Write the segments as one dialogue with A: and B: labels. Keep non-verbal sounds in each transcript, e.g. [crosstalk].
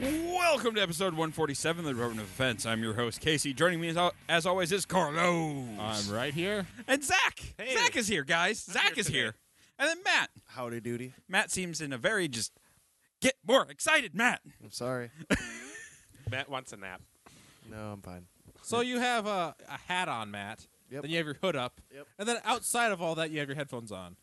A: Welcome to episode 147 of the Department of Defense. I'm your host, Casey. Joining me, as, al- as always, is Carlos.
B: I'm right here.
A: and Zach. Zach is here, guys. Zach
B: here
A: is
B: today.
A: here. And then Matt.
C: Howdy doody.
A: Matt seems in a very just get more excited, Matt.
C: I'm sorry.
D: Matt wants a nap.
C: No, I'm fine.
B: So you have a, a hat on, Matt.
C: Yep.
B: Then you have your hood up.
C: Yep.
B: And then outside of all that, you have your headphones on.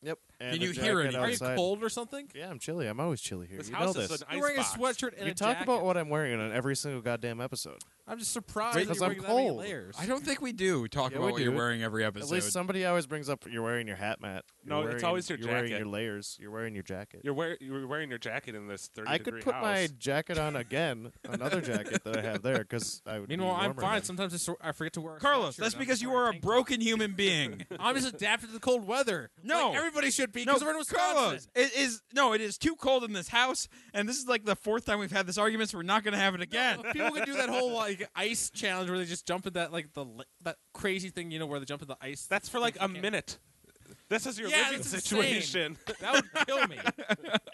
C: Yep. And
A: Can
C: a
A: you hear
C: jacket
A: anything? Are
B: Are
C: outside.
B: you cold or something?
C: Yeah, I'm chilly. I'm always chilly here.
D: This
C: you know
D: house
C: this.
D: is an
B: You're
D: ice
B: wearing a
D: box.
B: sweatshirt and
C: you
B: a
C: talk
B: jacket.
C: about what I'm wearing on every single goddamn episode.
B: I'm just surprised
C: Because
B: you're
C: I'm
B: wearing that many
C: cold.
B: layers.
A: I don't think we do talk
C: Yeah,
A: about
C: we
A: what you're
C: do.
A: wearing every episode.
C: At least somebody always brings up you're wearing your hat, Matt. You're
D: No, it's
C: wearing-
D: always your
C: you're wearing
D: jacket.
C: your layers. You're wearing your jacket.
D: You're, wear, you're wearing your jacket in this 30
C: I could
D: degree
C: put
D: house.
C: my jacket on
D: [laughs]
C: again, another jacket that I have there, because I would. be
B: Meanwhile, I'm
C: warmer
B: fine.
C: then.
B: Sometimes I, sor- I forget to wear. A
A: Carlos,
B: sweatshirt.
A: that's
B: I'm
A: because
B: just
A: you
B: wearing
A: are a
B: tank
A: broken human being.
B: top. I'm just adapted to the cold weather.
A: No.
B: Like everybody should be because we're in Wisconsin.
A: it is no, it is too cold in this house, and this is like the fourth time we've had this argument, so we're not going to have it again.
B: [laughs] People can do that whole like ice challenge where they just jump in that like the li- that crazy thing you know where they jump in the ice.
D: That's for like a
B: Okay.
D: minute. This is your
B: Yeah,
D: living
B: that's insane.
D: situation.
B: that would kill me.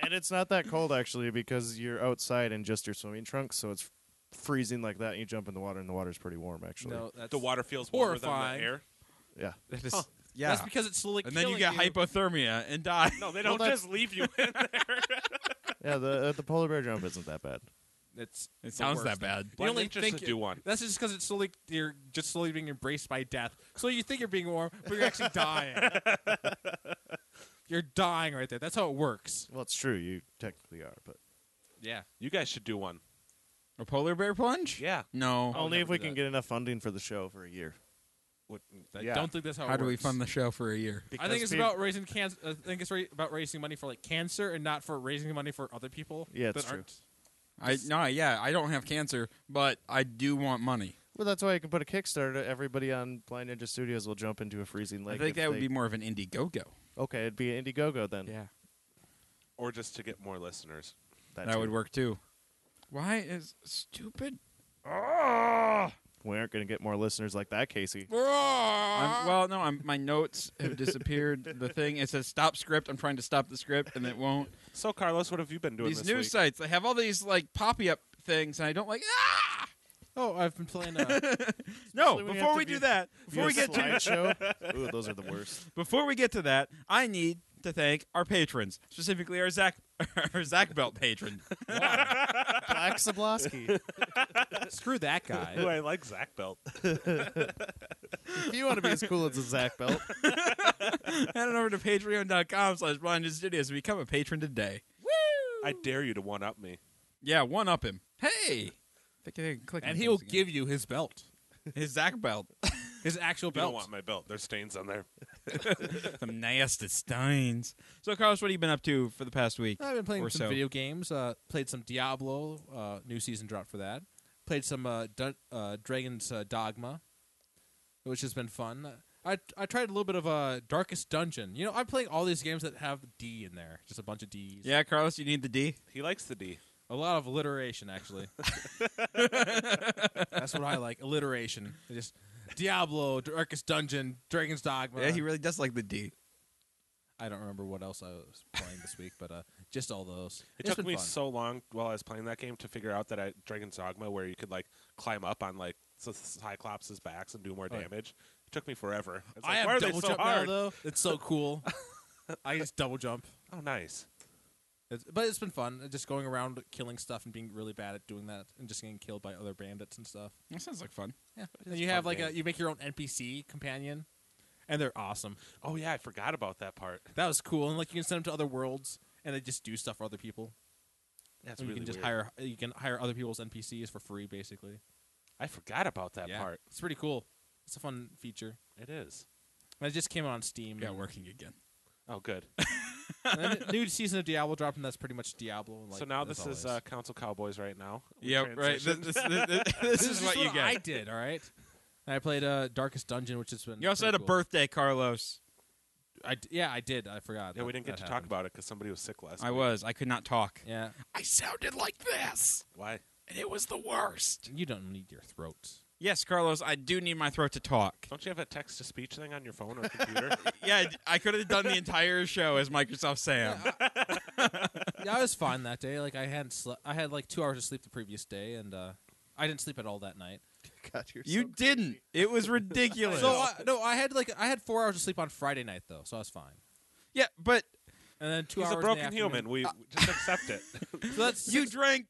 C: And it's not that cold actually, because you're outside in just your swimming trunks, so it's freezing like that. And you jump in the water, and the water's pretty warm
D: [laughs]
C: actually.
B: no, that's
D: the water feels warmer than
B: Horrifying.
D: the air.
C: Yeah.
A: [laughs] That is-
B: Huh.
A: yeah.
B: That's because it's slowly.
A: and then you
B: killing
A: get hypothermia and die.
D: No, they
C: Well,
D: don't
C: that's-
D: just leave you in there.
C: Yeah. The uh, the polar bear jump isn't that bad.
B: It's
A: It
B: the
A: sounds
B: worst.
A: that bad.
B: You
D: Blind
B: only
D: Ninja
B: think
D: should do one.
B: That's just because it's slowly you're just slowly being embraced by death. So you think you're being warm, but you're actually dying. you're dying right there. That's how it works.
C: Well, it's true. You technically are, but
B: Yeah.
D: [laughs] You guys should do one.
A: A polar bear plunge?
D: Yeah.
A: No.
B: Oh,
C: only
B: never
C: if we
B: do
C: can
B: that.
C: get enough funding for the show for a year.
B: I
C: Yeah.
B: don't think that's how.
A: How
B: it
A: do we
B: works.
A: fund the show for a year?
B: I
C: Because
B: think it's
C: people-
B: about raising cancer. I think it's ra- about raising money for like cancer and not for raising money for other people.
C: Yeah, it's
B: that
C: true.
B: aren't-
A: I no, yeah, I don't have cancer, but I do want money.
C: Well, that's why you can put a Kickstarter. Everybody on Blind Ninja Studios will jump into a freezing lake.
A: I think
C: if
A: that would
C: they-
A: be more of an Indiegogo.
C: okay. It'd be an Indiegogo then.
D: Or just to get more listeners.
C: that,
A: that
C: too.
A: would work too. Why is stupid?
C: We aren't going to get more listeners like that, Casey.
A: I'm, well, no, I'm, my notes have disappeared. [laughs] the thing it says stop script. I'm trying to stop the script and it [laughs] won't.
D: So, Carlos, what have you been doing
A: these
D: this
A: news
D: week?
A: sites they have all these like poppy up things, and I don't like. Ah!
B: Oh, I've been playing. Uh,
A: No,
C: when you
A: before
C: have
A: we
C: to
A: do
C: be-
A: that, before we
C: Via
A: get to
C: slideshow. Ooh, those are the worst.
A: [laughs] Before we get to that, I need to thank our patrons, specifically our Zach, [laughs] our Zach Belt [laughs] patron.
C: Black Sablosky.
B: screw that
D: Ooh,
B: guy.
D: I like Zach Belt.
C: if you want to be as cool as a Zach
A: [laughs]
C: Belt,
A: Head on over to patreon.com slash blind Ninja studios and become a patron today.
D: I dare you to one up me.
A: Yeah, one up him. Hey! I think I can click
B: and
A: on
B: he will
A: things
B: give you his belt,
A: again. his Zach Belt
B: his actual
D: You don't
B: belt.
D: want my belt. There's stains on there.
A: some nasty steins. So, Carlos, what have you been up to for the past week?
B: I've been playing
A: or
B: some
A: so?
B: video games. Uh, played some Diablo. Uh, new season dropped for that. Played some uh, Dun- uh, Dragon's uh, Dogma, which has been fun. I I tried a little bit of uh, Darkest Dungeon. You know, I'm playing all these games that have D in there, just a bunch of D's.
A: Yeah, Carlos, you need the D.
D: He likes the D.
B: a lot of alliteration
A: [laughs]
B: actually. [laughs] That's what I like, alliteration. Just Diablo, Darkest Dungeon, Dragon's Dogma.
A: Yeah, he really does like the D.
B: I don't remember what else I was playing this week, but uh, just all those.
D: It
B: It's
D: took
B: been
D: me
B: fun.
D: so long while I was playing that game to figure out that I, Dragon's Dogma, where you could like climb up on like C- Cyclops' backs and do more
B: Oh, yeah.
D: damage, it took me forever. It's
B: I
D: like,
B: have
D: why are they
B: double
D: so
B: jump now
D: hard?
B: though. It's so cool.
D: [laughs]
B: I just double jump.
D: Oh, nice.
B: It's, but it's been fun, uh, just going around killing stuff and being really bad at doing that, and just getting killed by other bandits and stuff.
A: That sounds like fun.
B: Yeah,
D: It
B: and
D: is
B: you
D: a
B: have
D: fun
B: like a
D: game.
B: you make your own NPC companion, and they're awesome.
D: Oh yeah, I forgot about that part.
B: That was cool, and like you can send them to other worlds, and they just do stuff for other people.
D: That's
B: Or you
D: really
B: can just
D: weird.
B: hire you can hire other people's NPCs for free, basically.
D: I forgot about that
B: Yeah.
D: part.
B: It's pretty cool. It's a fun feature.
D: It is.
B: And it just came out on Steam.
A: Got working again.
B: [laughs]
D: Oh, good.
B: And then the new season of Diablo dropped, and that's pretty much Diablo. Like,
D: so now
B: as
D: this
B: always.
D: is uh, Council Cowboys right now. We
A: Yeah, right. This,
D: transitioned.
B: [laughs]
A: this- this- this
B: This
A: is what you
B: I
A: get.
B: did. All right. And I played uh, Darkest Dungeon, which has been.
A: You also
B: pretty
A: had a
B: cool.
A: birthday, Carlos.
B: I d- yeah, I did. I forgot.
D: Yeah, we
B: that-
D: didn't get
B: that
D: to talk
B: happened.
D: about it because somebody was sick last.
A: I
D: week.
A: was. I could not talk.
B: Yeah,
E: I sounded like this,
D: Why?
E: and it was the worst.
B: you don't need your throat.
A: Yes, Carlos, I do need my throat
B: [laughs]
A: to talk.
D: Don't you have a text to speech thing on your phone or computer?
A: yeah, I d- I could have done the entire show as
B: [laughs]
A: Microsoft Sam.
B: yeah, I was fine that day. Like I hadn't slept. I had like two hours of sleep the previous day, and uh, I didn't sleep at all that night.
C: God, you're
A: You
C: so
A: didn't. It was
B: [laughs]
A: ridiculous.
B: So uh, I, no, I had like I had four hours of sleep on Friday night though, so I was fine.
A: yeah, but
B: And then two
D: He's
B: hours.
D: a
B: in the
D: broken
B: afternoon. Uh,
D: human. We we just
B: [laughs]
D: accept it.
B: So that's
A: you drank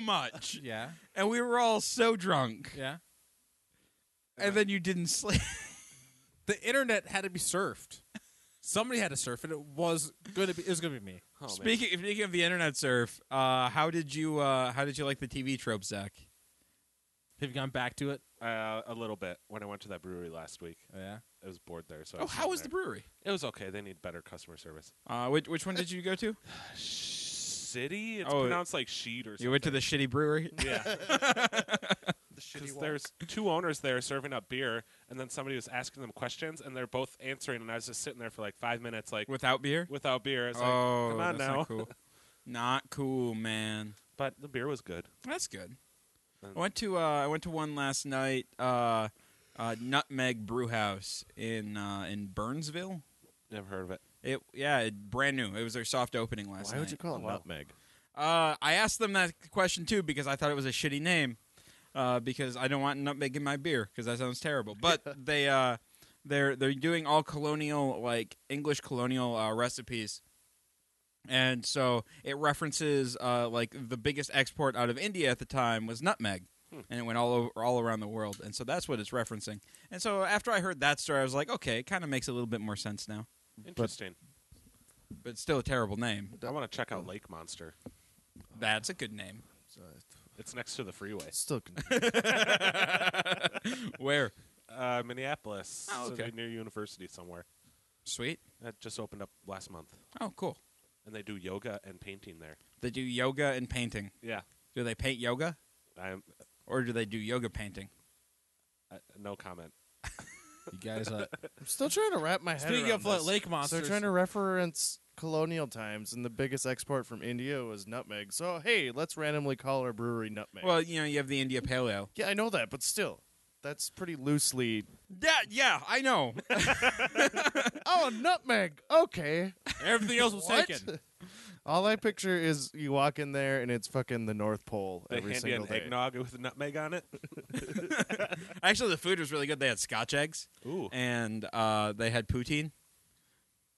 B: [laughs]
A: much,
B: Yeah,
A: and we were all so drunk,
B: yeah.
A: and then you didn't sleep.
B: The internet had to be surfed. Somebody had to surf, and it was going to be. It was going to be me.
D: Oh, man.
A: speaking speaking of the internet surf, uh, how did you uh, how did you like the TV trope, Zach?
B: Have you gone back to it?
D: uh, a little bit when I went to that brewery last week,
B: Yeah.
D: I was bored there. So I
A: Oh, how
D: sitting
A: was the
D: there.
A: brewery?
D: It was okay. They need better customer service.
A: Uh, which which one did you go to?
D: City. It's
A: Oh, it-
D: pronounced like sheet or something.
A: You went to the shitty brewery. [laughs]
D: yeah.
C: shitty
D: Because
C: walk.
D: there's two owners there serving up beer, and then somebody was asking them questions, and they're both answering, and I was just sitting there for like five minutes, like
A: without beer.
D: without beer. It's
A: oh,
D: like, come on
A: that's
D: now. [laughs]
A: not cool. not cool, man.
D: But the beer was good.
A: That's good.
D: Um,
A: I went to uh, I went to one last night. Uh, uh, Nutmeg Brew House in uh, in Burnsville.
D: Never heard of it.
A: It yeah, it, brand new. It was their soft opening last
C: Why
A: night.
C: would you call it
D: Oh, wow.
C: nutmeg?
A: Uh, I asked them that question too because I thought it was a shitty name. Uh, because I don't want nutmeg in my beer because that sounds terrible. But they uh, they're they're doing all colonial like English colonial uh, recipes, and so it references uh, like the biggest export out of India at the time was nutmeg. And it went all over, all around the world, and so that's what it's referencing. And so after I heard that story, I was like, okay, it kind of makes a little bit more sense now.
D: Interesting.
A: But it's still a terrible name.
D: I want to check out Lake Monster.
A: That's a good name.
C: So
D: It's next to the freeway.
C: it's still confused.
A: Where?
D: Uh, Minneapolis,
A: Oh,
D: so
A: okay.
D: near university somewhere.
A: Sweet.
D: That just opened up last month,
A: Oh, cool.
D: and they do yoga and painting there.
A: They do yoga and painting.
D: Yeah,
A: Do they paint yoga
D: I'm
A: or do they do yoga painting?
D: uh, no comment.
B: [laughs] You guys.
A: [laughs]
B: Uh,
C: I'm still trying to wrap my head.
B: speaking
C: around
B: of like,
C: this.
B: lake
C: So
B: monsters,
C: they're trying to reference colonial times, and the biggest export from India was nutmeg. So hey, let's randomly call our brewery nutmeg.
A: Well, you know, you have the India Paleo.
C: yeah, I know that, but still, that's pretty loosely.
A: Yeah, yeah, I know. [laughs]
C: oh, nutmeg. Okay.
B: everything else was
C: What?
B: taken.
C: [laughs] All I picture is you walk in there and it's fucking the North Pole
D: They
C: every
D: hand you
C: single
D: an
C: day.
D: eggnog with nutmeg on it.
A: Actually, the food was really good. They had scotch eggs
D: [laughs] Ooh,
A: and uh, they had poutine.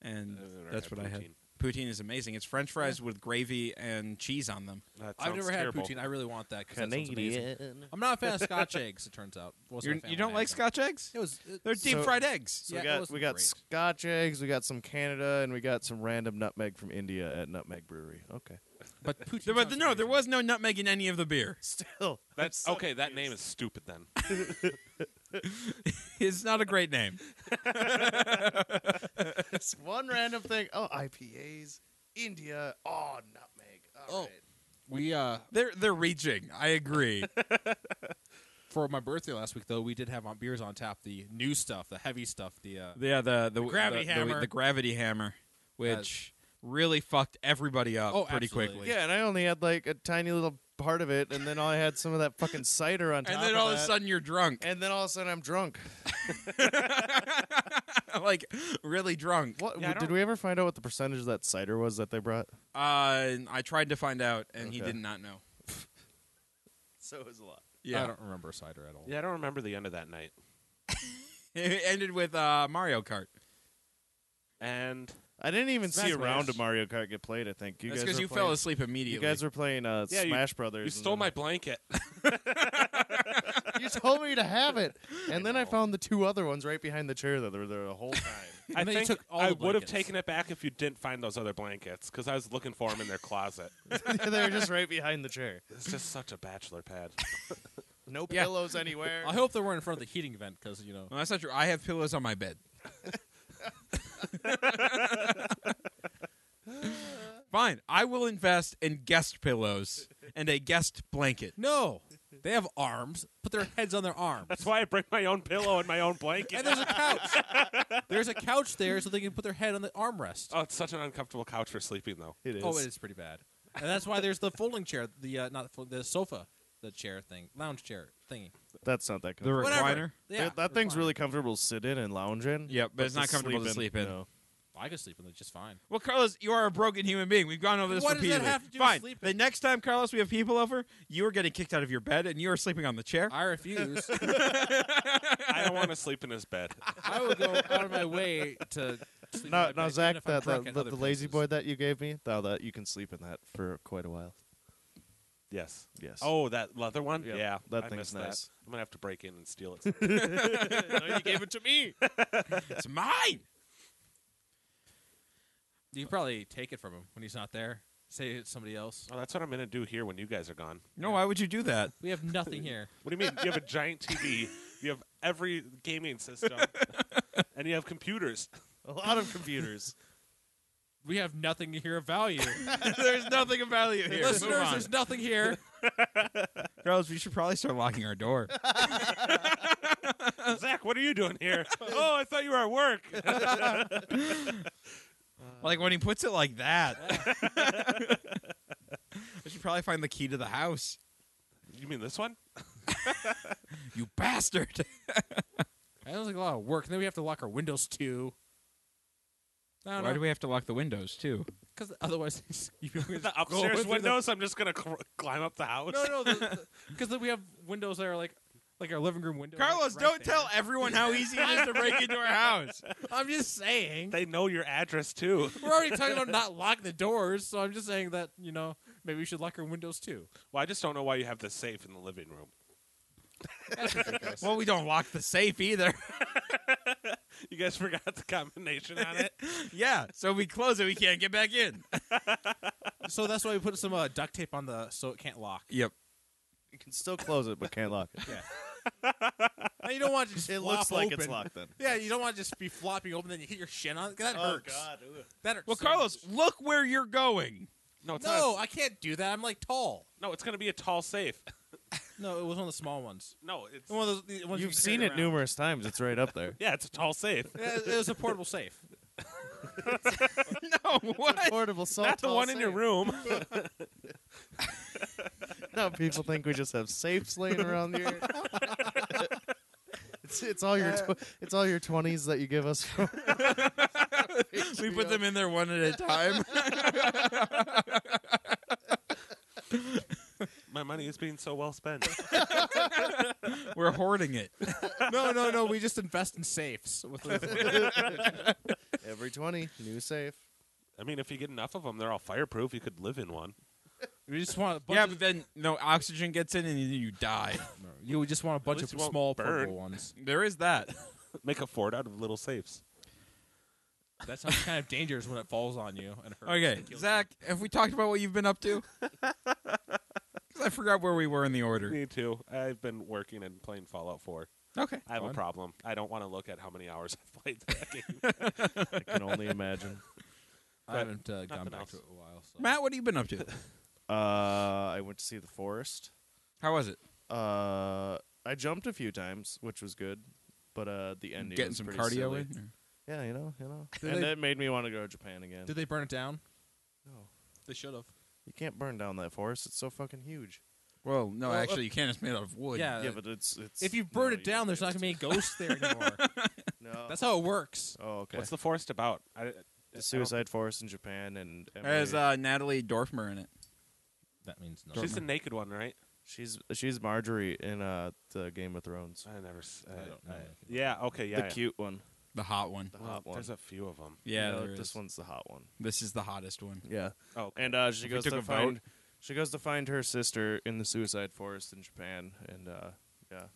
A: And
D: I've never
A: that's
D: had
A: what I had.
D: poutine.
A: Poutine is amazing. It's french fries with gravy and cheese on them.
D: That
B: I've
D: sounds
B: never
D: terrible.
B: had poutine. I really want that. 'cause that sounds amazing.
C: Canadian.
B: I'm not a fan of Scotch eggs. It turns out. Wasn't
A: You're,
B: a fan
A: you
B: when
A: don't
B: I
A: like
B: had them.
A: scotch eggs?
B: It was. It,
A: They're deep
C: So-
A: fried eggs.
C: So
B: Yeah,
C: we
B: it
C: got
B: wasn't
C: we got
B: great.
C: Scotch eggs, we got some Canada, and we got some random nutmeg from India at Nutmeg Brewery. Okay,
A: [laughs]
B: but poutine.
A: There was-
B: sounds
A: no, there
B: amazing.
A: was no nutmeg in any of the [laughs] beer.
C: still [laughs]
D: That's okay. That name is stupid. Then
B: [laughs]
A: It's not a great name.
C: It's one random thing. Oh, IPAs, India. Oh, nutmeg.
B: Oh.
C: oh.
B: We uh
A: They're they're reaching. I [laughs] agree.
B: for my birthday last week though we did have on beers on tap the new stuff the heavy stuff the uh
A: Yeah, the the,
B: gravity
A: the- the-
B: hammer.
A: the, gravity hammer, which really fucked everybody up
B: Oh,
A: pretty
B: absolutely.
A: quickly.
C: Yeah, and I only had like a tiny little part of it, and then all I had some of that fucking cider on top.
A: and then all of
C: of
A: a
C: that,
A: sudden you're drunk, [laughs]
C: and then all of a sudden I'm drunk.
A: like really drunk.
C: What
D: Yeah, I
C: did
D: don't-
C: we ever find out what the percentage of that cider was that they brought?
A: Uh, and I tried to find out, and he
C: Okay.
A: did not know. [laughs]
C: So it was a lot.
B: I
A: Yeah,
B: don't remember cider at all
D: yeah, I don't remember the end of that night.
A: it ended with uh, Mario Kart.
D: And
C: I didn't even
D: Smash
C: see a round
D: Bros.
C: of Mario Kart get played. I think you
A: That's
C: guys
A: because
C: were
A: you
C: playing,
A: fell asleep
C: You
A: immediately.
C: guys were playing uh,
D: Yeah, you-
C: Smash Brothers.
D: you
C: and
D: stole
C: then-
D: my
B: [laughs]
D: blanket.
C: [laughs] You told me to have it, and then I
D: know.
C: found the two other ones right behind the chair that were there the whole time. [laughs]
D: I
B: And then you
D: think
B: took all
D: I
B: the
D: would have
B: blankets.
D: taken it back if you didn't find those other blankets because I was looking for them in
B: [laughs]
D: their closet.
C: they were just right behind the chair.
D: it's just such a bachelor pad.
C: No
A: Yeah.
C: pillows anywhere.
B: I hope they were in front of the heating vent because you know
A: Well, that's not true. I have pillows on my bed. [laughs] Fine, I will invest in guest pillows and a guest blanket.
B: no They have arms. Put their heads on their arms.
D: That's why I bring my own pillow and my own blanket.
B: [laughs] And there's a couch. there's a couch there so they can put their head on the armrest.
D: oh, it's such an uncomfortable couch for
B: [laughs]
D: sleeping, though.
C: It is.
B: Oh, it is pretty bad. And that's why there's the folding chair, the uh, not fold, the sofa, the chair thing, lounge chair thingy.
C: That's not that
A: The
C: comfortable.
B: Whatever.
A: recliner.
B: Yeah,
C: that, that thing's
B: recliner.
C: really comfortable to sit in and lounge in.
A: Yep, but it's not comfortable to sleep in.
C: no.
B: I could sleep in it just fine.
A: Well, Carlos, you are a broken human being. We've gone over this
B: What does that
A: repeatedly.
B: have to do with
A: Fine.
B: sleeping?
A: The next time, Carlos, we have people over, you are getting kicked out of your bed and you are sleeping on the chair.
B: I refuse.
D: I don't want to sleep in his bed.
B: I would go out of my way to. Sleep in
C: Now,
B: my
C: now
B: bed, even
C: Zach,
B: if I'm
C: that,
B: drunk
C: that
B: at
C: the,
B: other
C: the lazy boy
B: places.
C: that you gave me, now that you can sleep in that for quite a while.
D: Yes.
C: Yes.
D: Oh, that leather one?
C: Yep.
D: Yeah.
C: That
D: I
C: thing's
D: missed
C: nice.
D: That. I'm going to have to break in and steal it.
C: [laughs]
D: someday.
B: no, you gave it to me.
A: it's mine.
B: You could probably take it from him when he's not there. Say it's somebody else.
D: oh, that's what I'm going to do here when you guys are gone.
A: No, why would you do that?
B: [laughs] We have nothing here.
D: What do you mean? You have a giant TV, you have every gaming
C: [laughs]
D: system, and you have computers.
C: A lot of computers.
B: We have nothing here of value.
A: there's nothing of value here. Move
B: Listeners,
A: on.
B: there's nothing here.
A: [laughs] Carlos, we should probably start locking our door.
D: Zach, what are you doing here? oh, I thought you were at
C: [laughs]
D: work.
A: like when he puts it
B: [laughs]
A: like that. [laughs] I should probably find the key to the house.
D: you mean this one?
A: You
B: [laughs]
A: bastard.
B: [laughs] That sounds like a lot of work. And then we have to lock our windows too. I
A: Why do we have to lock the windows too?
B: Because otherwise, [laughs] you
D: The upstairs windows? I'm just going to cr- climb up the house.
B: No, no, because we have windows that are like, like our living room window.
A: Carlos,
B: like, right
A: don't tell everyone how easy it is
B: [laughs]
A: to break into our house.
B: there. I'm just saying.
D: They know your address, too.
B: We're already talking about not locking the doors, so I'm just saying that you know maybe we should lock our windows too.
D: Well, I just don't know why you have the safe in the living room.
B: That's ridiculous.
A: Well, we don't lock the safe either. [laughs]
D: You guys [laughs] forgot the combination on
C: [laughs]
D: it?
A: yeah, so we close it, we can't get back in.
B: so that's why we put some uh, duct tape on the so it can't lock.
A: Yep.
C: you can still close it, but can't lock it.
B: And you don't want to just
C: It
B: flop
C: looks like it's
B: open.
C: locked then.
B: Yeah, you don't want to just be flopping open, then you hit your shin on it. That
C: Oh,
B: hurts. That hurts.
A: Well,
B: so
A: Carlos,
B: much.
A: look where you're going.
D: No, it's
B: No,
D: Not,
B: I can't do that. I'm like tall.
D: no, it's going to be a tall safe.
B: No, it was one of the small ones.
D: No, it's
B: One of those, the ones you
C: You've
B: can
C: seen
B: carry
C: it
B: around.
C: numerous times. It's right
D: [laughs]
C: up there.
D: yeah, it's a tall safe.
B: Yeah, [laughs] it was a portable [laughs] safe.
A: No, [laughs] what?
C: Portable salt.
D: Not the one in
B: [laughs]
D: your room.
C: Now people think we just have safes laying around here. it's, it's all your tw- it's all your twenties that you give us. From
A: [laughs] We put them in there one at a time.
D: My money is being so well spent.
A: [laughs] We're hoarding [laughs] it.
B: no, no, no. We just invest in safes. With
C: [laughs] every twenty, new safe.
D: I mean, if you get enough of them, they're all fireproof. You could live in one. [laughs]
B: we just want a bunch
A: Yeah,
B: of,
A: but then no oxygen gets in and then you die.
B: you just want a bunch of
D: least it won't
B: small
D: burn.
B: portable ones.
A: [laughs] There is that.
D: Make a fort out of little safes.
B: That sounds kind of dangerous when it falls on you and hurts.
A: Okay, Zach, have we talked about what you've been up to? 'Cause [laughs] I forgot where we were in the order.
D: Me too. I've been working and playing Fallout 4.
A: Okay.
D: I have a
B: Fun.
D: problem. I don't want to look at how many hours [laughs] I've played that game.
C: I can only imagine.
B: I haven't uh, gone
D: nothing
B: back
D: else.
B: to it in a while. So.
A: Matt, what have you been up to?
C: Uh, I went to see the forest.
A: How was it?
C: Uh, I jumped a few times, which was good, but uh, the ending
A: Getting
C: was
A: some
C: pretty
A: cardio
C: silly.
A: in? or-
C: Yeah, you know, you know,
B: Did
C: and
B: they-
C: that made me want to go to Japan again.
B: Did they burn it down?
C: No.
B: They should have.
C: You can't burn down that forest; it's so fucking huge.
A: Well, no,
B: Well,
A: actually, you can't. It's made out of wood.
B: Yeah.
C: yeah, but it's it's.
B: If you burn
C: no,
B: it down,
C: won't
B: there's
C: be
B: not gonna
C: able
B: be any ghosts there anymore.
C: to. No.
B: [laughs] That's how it works.
C: oh, okay.
D: What's the forest about? I,
C: the suicide forest in Japan, and Emily,
A: Has uh, Natalie Dorfmer in it?
B: That means no.
D: She's the naked one, right?
C: she's she's Marjorie in uh the Game of Thrones,
D: I never. s-
B: I don't know.
D: yeah. Okay. Yeah.
C: the
D: Uh, yeah.
C: cute one,
A: The hot one.
C: the
D: Well,
C: hot one.
D: There's a few of them.
A: Yeah,
C: No,
A: there is.
C: this one's the hot one.
A: This is the hottest one.
C: Yeah,
D: Oh, okay.
C: and uh, she
A: If we
C: goes
A: took
C: to
A: a vote-
C: find she goes to find her sister in the suicide forest in Japan, and uh yeah,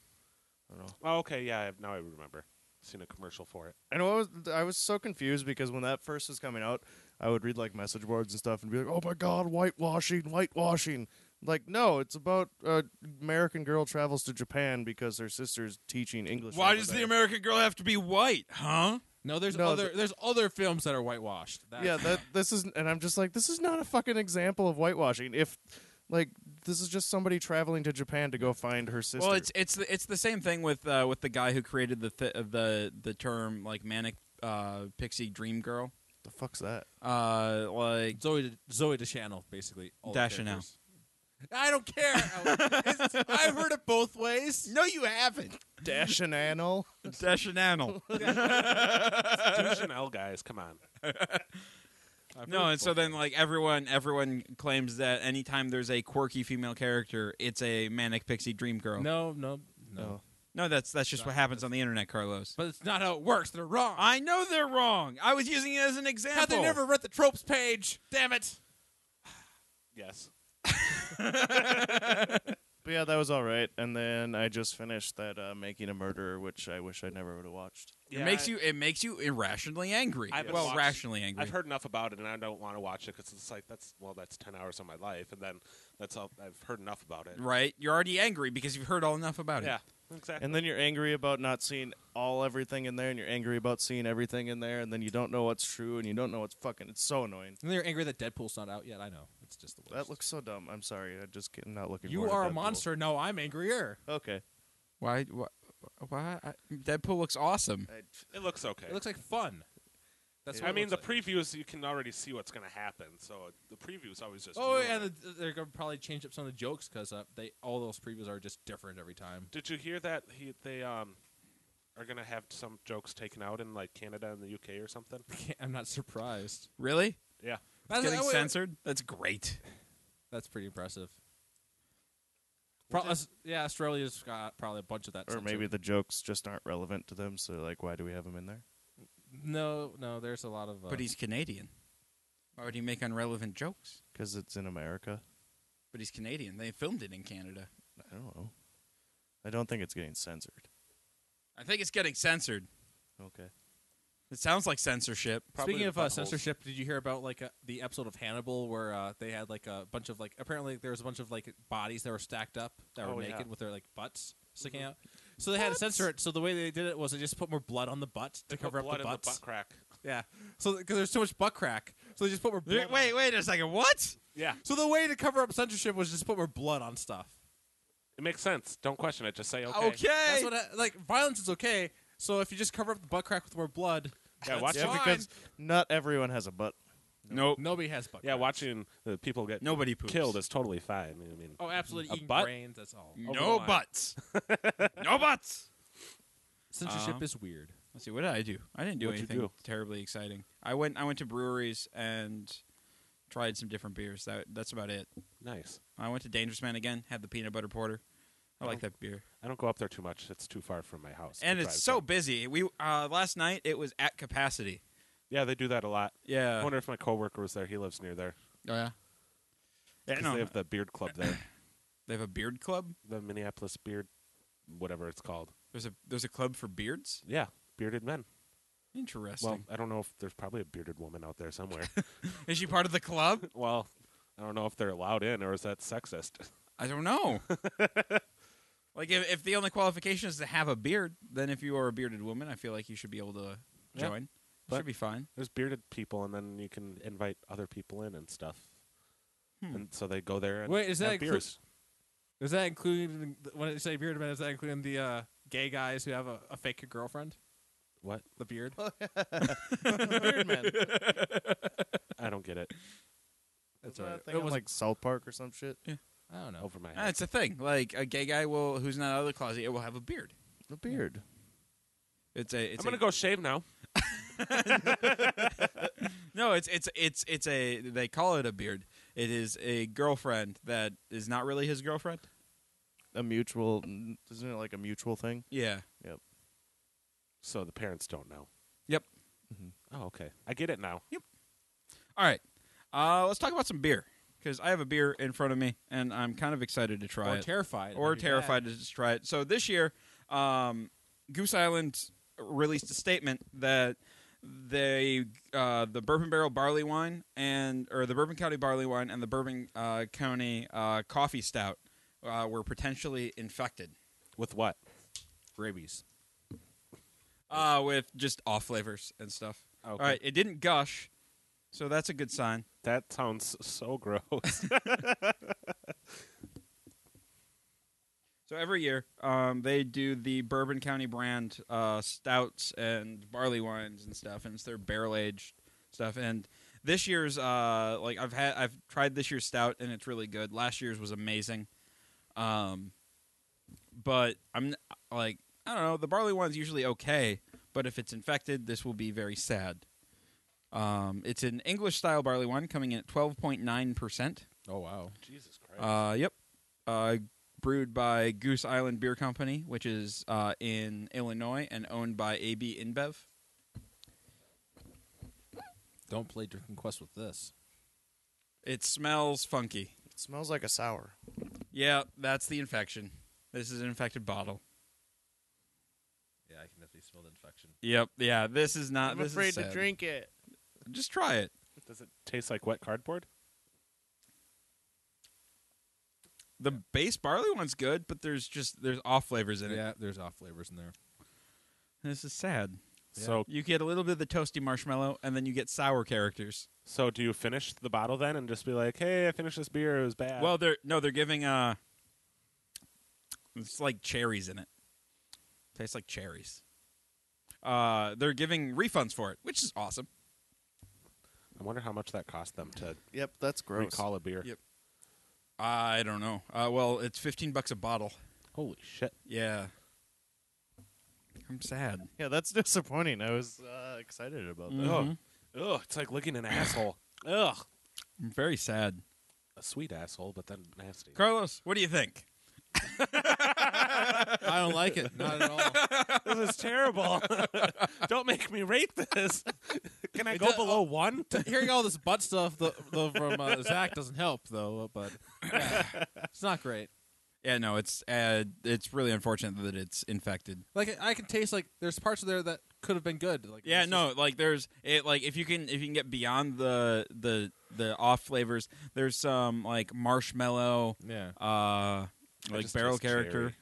C: I don't know.
D: oh, okay. Yeah. I- Now I remember. Seen a commercial [laughs] for it.
C: And what was I was so confused because when that first was coming out, I would read like message boards and stuff and be like, "Oh my god, whitewashing, whitewashing." Like, no, it's about uh, American girl travels to Japan because her sister's teaching English.
A: Why
C: over
A: does
C: there.
A: the American girl have to be white, huh?
B: No, there's
C: No,
B: other
C: the-
B: there's other films that are whitewashed. That's
C: yeah, that this is, and I'm just like, this is not a fucking example of whitewashing. If Like this is just somebody traveling to Japan to go find her sister.
A: Well, it's it's the, it's the same thing with uh, with the guy who created the th- the the term like manic uh, pixie dream girl.
C: the fuck's that?
A: Uh, like
B: Zoe Zoe Deschanel, basically. all the
A: Deschanel.
B: characters. I don't care. It's- I've heard it both ways.
A: no, you haven't.
C: Dash
B: [laughs]
C: and Anal.
A: Dashananal.
D: It's Two L guys, come on.
B: I've
A: no,
B: heard it
A: and so
B: both
A: then
B: ways.
A: like everyone everyone claims that anytime there's a quirky female character, it's a manic pixie dream girl.
B: no, no, no,
C: No.
A: No, that's that's just what happens on the internet, Carlos.
B: But it's not how it works. They're wrong.
A: I know they're wrong. I was using it as an example.
B: how they never read the tropes page. Damn it.
D: Yes.
C: But yeah, that was all right. And then I just finished that uh, Making a Murderer, which I wish I never would have watched.
A: it makes you it makes you irrationally angry.
D: I've been
A: well,
D: watched-
A: rationally angry.
D: I've heard enough about it, and I don't want to watch it because it's like that's well, that's ten hours of my life, and then that's all I've heard enough about it.
A: right? You're already angry because you've heard all enough about it.
D: Yeah. Exactly.
C: And then you're angry about not seeing all everything in there, and you're angry about seeing everything in there, and then you don't know what's true, and you don't know what's fucking. It's so annoying.
B: And they're angry that Deadpool's not out yet. I know. It's just the worst.
C: That looks so dumb. I'm sorry. I just am not looking.
B: You
C: forward to
B: are a
C: Deadpool.
B: monster. No, I'm angrier.
C: Okay.
A: Why? Why? why I, Deadpool looks awesome.
C: I,
D: it looks okay.
B: It looks like fun. That's what
D: I
B: it
D: mean,
B: looks
D: the
B: like.
D: previews you can already see what's going to happen, so uh, the preview is always just.
B: Oh,
D: ruined.
B: yeah, and the- they're gonna probably change up some of the jokes because uh, they all those previews are just different every time. [laughs]
D: Did you hear that he, they um are going to have some jokes taken out in like Canada and the UK
B: [laughs]
D: or something?
B: I'm not surprised.
A: Really?
D: Yeah.
B: That's,
A: Getting
B: that way-
A: censored? That's great.
B: That's pretty impressive. Pro- us- yeah, Australia's got probably a bunch of that.
C: or
B: censored.
C: maybe the jokes just aren't relevant to them, so like, why do we have them in there?
B: no, no. There's a lot of. Uh,
A: But he's Canadian. Why would he make irrelevant jokes?
C: Because it's in America.
A: But he's Canadian. They filmed it in Canada.
C: I don't know. I don't think it's getting censored.
A: I think it's getting censored.
C: Okay.
A: It sounds like censorship.
D: probably
B: Speaking
D: the
B: of uh,
D: buttholes.
B: censorship, did you hear about like uh, the episode of Hannibal where uh, they had like a bunch of like apparently there was a bunch of like bodies that were stacked up that
D: Oh,
B: were
D: yeah. Mm-hmm.
B: naked with their like butts sticking out. So they had to censor it. So the way they did it was they just put more blood on the butt to
D: They put
B: cover up
D: blood
B: the
D: in
B: butts.
D: the butt crack.
B: Yeah. So because there's so much butt crack, so they just put more blood.
A: Wait, wait,
B: on.
A: wait a second. What?
D: Yeah,
B: So the way to cover up censorship was just put more blood on stuff.
D: it makes sense. Don't question it. Just say
B: Oh,
D: okay.
A: Okay.
B: That's what I, like violence is okay. So if you just cover up the butt crack with more blood,
D: Yeah, watch
C: Yeah,
D: it.
C: because not everyone has a [laughs] butt.
A: Nope.
B: nobody has butt.
D: Yeah,
B: crack.
D: watching the people get
A: Nobody poops.
D: killed is totally fine. I mean,
B: Oh, absolutely
D: A
B: eating
D: butt?
B: brains. That's all.
D: Over the
A: No
D: line.
A: butts. no butts.
B: Censorship
A: Uh-huh.
B: is weird.
A: Let's see. What did I do? I didn't do
D: What'd you
A: anything
D: do?
A: terribly exciting. I went. I went to breweries and tried some different beers. That that's about it.
D: nice.
A: I went to Dangerous Man again. Had the peanut butter porter. I like that beer.
D: I don't go up there too much. It's too far from my house. to
A: And
D: drive
A: it's so
D: down.
A: busy. We uh, last night it was at capacity.
D: Yeah, they do that a lot. I
A: Yeah.
D: wonder if my coworker was there. He lives near there.
A: Oh yeah.
D: 'Cause
A: no,
D: they have the beard club there,
A: They have a beard club.
D: the Minneapolis beard, whatever it's called.
A: There's a there's a club for beards.
D: Yeah, bearded men.
A: Interesting.
D: Well, I don't know if there's probably a bearded woman out there somewhere. [laughs]
A: Is she part of the club?
D: well, I don't know if they're allowed in, or is that sexist? [laughs]
A: I don't know. like if, if the only qualification is to have a beard, then if you are a bearded woman, I feel like you should be able to
D: Yeah,
A: join.
D: but-
A: should be fine.
D: There's bearded people, and then you can invite other people in and stuff.
A: Hmm.
D: And so they go there. And
B: Wait, is that
D: have
B: inclu-
D: beers?
B: Is that including when you say bearded men? Is that including the uh, gay guys who have a, a fake girlfriend?
D: What?
B: The beard.
C: Weird man.
D: I don't get it.
B: That's
C: Wasn't that
B: right.
C: a thing on, like South Park or some shit.
B: I don't know.
D: Over
A: [laughs]
D: my
A: Ah,
D: head.
A: it's a thing. Like a gay guy will who's not out of the closet it will have a beard.
C: The beard.
A: It's a. It's
D: I'm gonna
A: a-
D: go shave now.
A: No, it's it's it's it's a. They call it a beard. It is a girlfriend that is not really his girlfriend.
C: A mutual. mm, Isn't it like a mutual thing?
A: Yeah.
D: So the parents don't know.
A: Yep.
D: Oh, okay. I get it now.
A: All right. Uh, let's talk about some beer because I have a beer in front of me and I'm kind of excited to try
B: Or
A: it.
B: terrified.
A: or
B: That'd be bad.
A: terrified to just try it. So this year, um, Goose Island released a statement that they uh, the Bourbon Barrel barley wine and or the Bourbon County barley wine and the Bourbon uh, County uh, coffee stout uh, were potentially infected
D: With what?
B: Rabies.
A: uh, with just off flavors and stuff.
D: Okay.
A: All right, it didn't gush, so that's a good sign.
D: That sounds so gross.
A: So every year, um, they do the Bourbon County brand uh, stouts and barley wines and stuff, and it's their barrel aged stuff. And this year's, uh, like I've had, I've tried this year's stout, and it's really good. Last year's was amazing, um, but I'm like, I don't know. The barley wine's usually okay, but if it's infected, this will be very sad. Um, it's an English style barley wine coming in at twelve point nine percent.
B: Oh wow.
D: Jesus Christ.
A: Uh, yep. Uh, brewed by Goose Island Beer Company, which is uh, in Illinois and owned by AB InBev.
B: Don't play Drinking Quest with this.
A: It smells funky.
C: It smells like a sour.
A: Yeah, that's the infection. This is an infected bottle.
B: Yeah, I can definitely smell the infection.
A: Yep. Yeah, this is not. this is sad.
C: it.
A: Just try it.
D: Does it taste like wet cardboard?
A: The base barley one's good, but there's just there's off flavors in it.
B: Yeah, there's off flavors in there. [laughs]
A: This is sad.
B: Yeah.
D: So
A: You get a little bit of the toasty marshmallow, and then you get sour characters.
D: so do you finish the bottle then and just be like, "Hey, I finished this beer. It was bad."
A: Well, they're no, they're giving uh, it's like cherries in it. Tastes like cherries. Uh, they're giving refunds for it, which is awesome.
D: I wonder how much that cost them to
C: Yep, that's gross.
D: recall a beer.
A: Yep. I don't know. Uh, well, it's fifteen bucks a bottle.
D: Holy shit!
A: Yeah. I'm sad.
C: Yeah, that's [laughs] disappointing. I was uh, excited about that.
A: Mhm.
D: Ugh, it's like licking an asshole. Ugh,
A: I'm very sad.
D: a sweet asshole, but then nasty.
A: Carlos, what do you think?
B: I don't like it. Not at all.
D: this is terrible. [laughs] Don't make me rate this. [laughs] Can I
B: It
D: go
B: does-
D: below one?
B: Hearing all this butt stuff the, the, from uh, Zach doesn't help though. But yeah, [laughs] it's not great.
A: Yeah, no, it's uh, it's really unfortunate that it's infected.
B: Like I can taste like there's parts of there that could have been good. Like
A: Yeah,
B: it's
A: no, like there's it like if you can if you can get beyond the the the off flavors, there's some like marshmallow,
B: just- yeah,
A: uh, like
D: just
A: barrel
D: taste
A: character,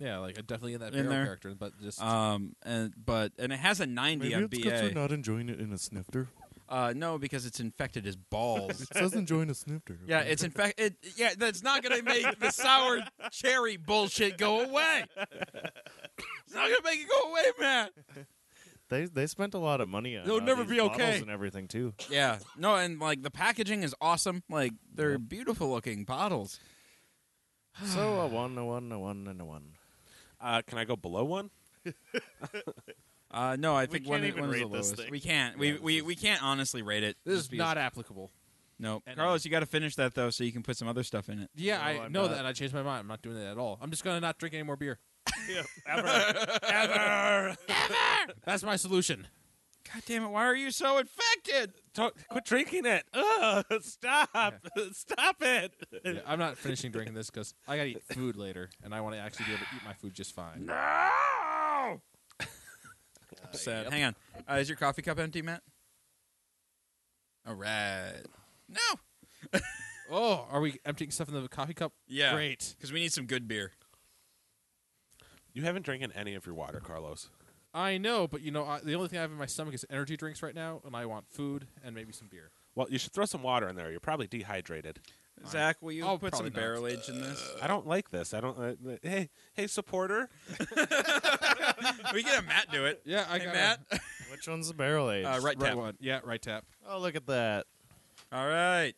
B: yeah. Like I definitely in that
A: In
B: barrel
A: there.
B: character, but just
A: um, and but and it has a ninety
C: Maybe
A: on
C: it's because we're
A: BA.
C: not enjoying it in a snifter.
A: Uh, no, because it's infected as
C: [laughs]
A: balls. [laughs]
C: It says enjoying a snifter.
A: yeah, it's infected. It, yeah, that's not gonna make the sour cherry bullshit go away. It's not gonna make it go away, man.
C: they they spent a lot of money on.
B: It'll
C: all
B: never
C: these
B: be
C: bottles
B: okay.
C: and everything too.
A: Yeah, no, and like the packaging is awesome. Like they're beautiful looking bottles.
B: [sighs]
C: So a one, a one, a one, and a one.
D: Uh, can I go below one?
A: Uh, no, I think
C: can't
A: one,
C: even
A: one's
C: rate
A: the
C: this
A: lowest.
C: thing.
A: We can't. We, we we can't honestly rate it.
B: this
A: Just
B: is
A: because-
B: not applicable.
A: No,
B: and-
A: Carlos, you got to finish that though, so you can put some other stuff in it.
B: Yeah,
C: No,
B: I
C: I'm
B: know
C: not.
B: that. and I changed my mind. I'm not doing that at all. I'm just gonna not drink any more [laughs] beer. ever, ever, ever. That's my solution.
A: God damn it! Why are you so infected?
D: Don't, quit drinking it. Ugh, [laughs] stop. [laughs] Stop it.
B: Yeah, I'm not finishing drinking this because I gotta eat food later, and I want to actually be able to eat my food just fine.
A: Sad. Hang on. Uh, is your coffee cup empty, Matt? All right. No.
B: Oh, are we emptying stuff in the coffee cup?
A: Yeah.
B: Great.
A: Because we need some good beer.
D: You haven't drinking any of your water, Carlos.
B: I know, but you know, I, the only thing I have in my stomach is energy drinks right now, and I want food and maybe some beer.
D: Well, you should throw some water in there. You're probably dehydrated.
A: Zach, will you
B: I'll
A: put some
B: probably not.
A: barrel age
D: [laughs]
A: in this?
D: I don't like this. I don't. Uh, hey, hey, supporter.
A: we can have Matt do it.
B: Yeah, I
A: Hey,
B: got
A: Matt.
C: Which one's the barrel age?
A: Uh, right
B: right
A: tap.
B: one. Yeah, right tap.
C: Oh, look at that.
A: All right.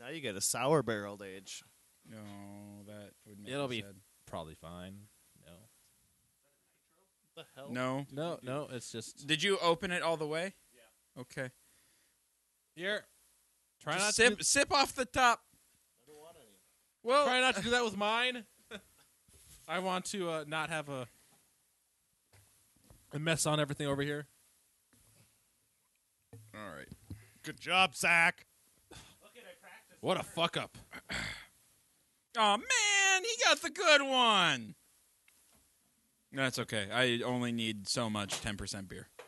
C: Now you get a sour barreled age.
A: No, that would make
B: It'll
A: me
B: be
A: sad.
B: probably fine. No,
C: The hell?
A: No.
B: no, no. It's just
A: Did you open it all the way? Yeah. Okay.
B: here. Try
A: Just
B: not
A: sip,
B: to.
A: sip off the top.
B: Well, try not to do that with mine. I want to uh, not have a a mess on everything over here.
A: All right.
C: Good job, Zach.
B: What a fuck up!
A: Oh man, he got the good one. That's okay. I only need so much 10% beer. [laughs]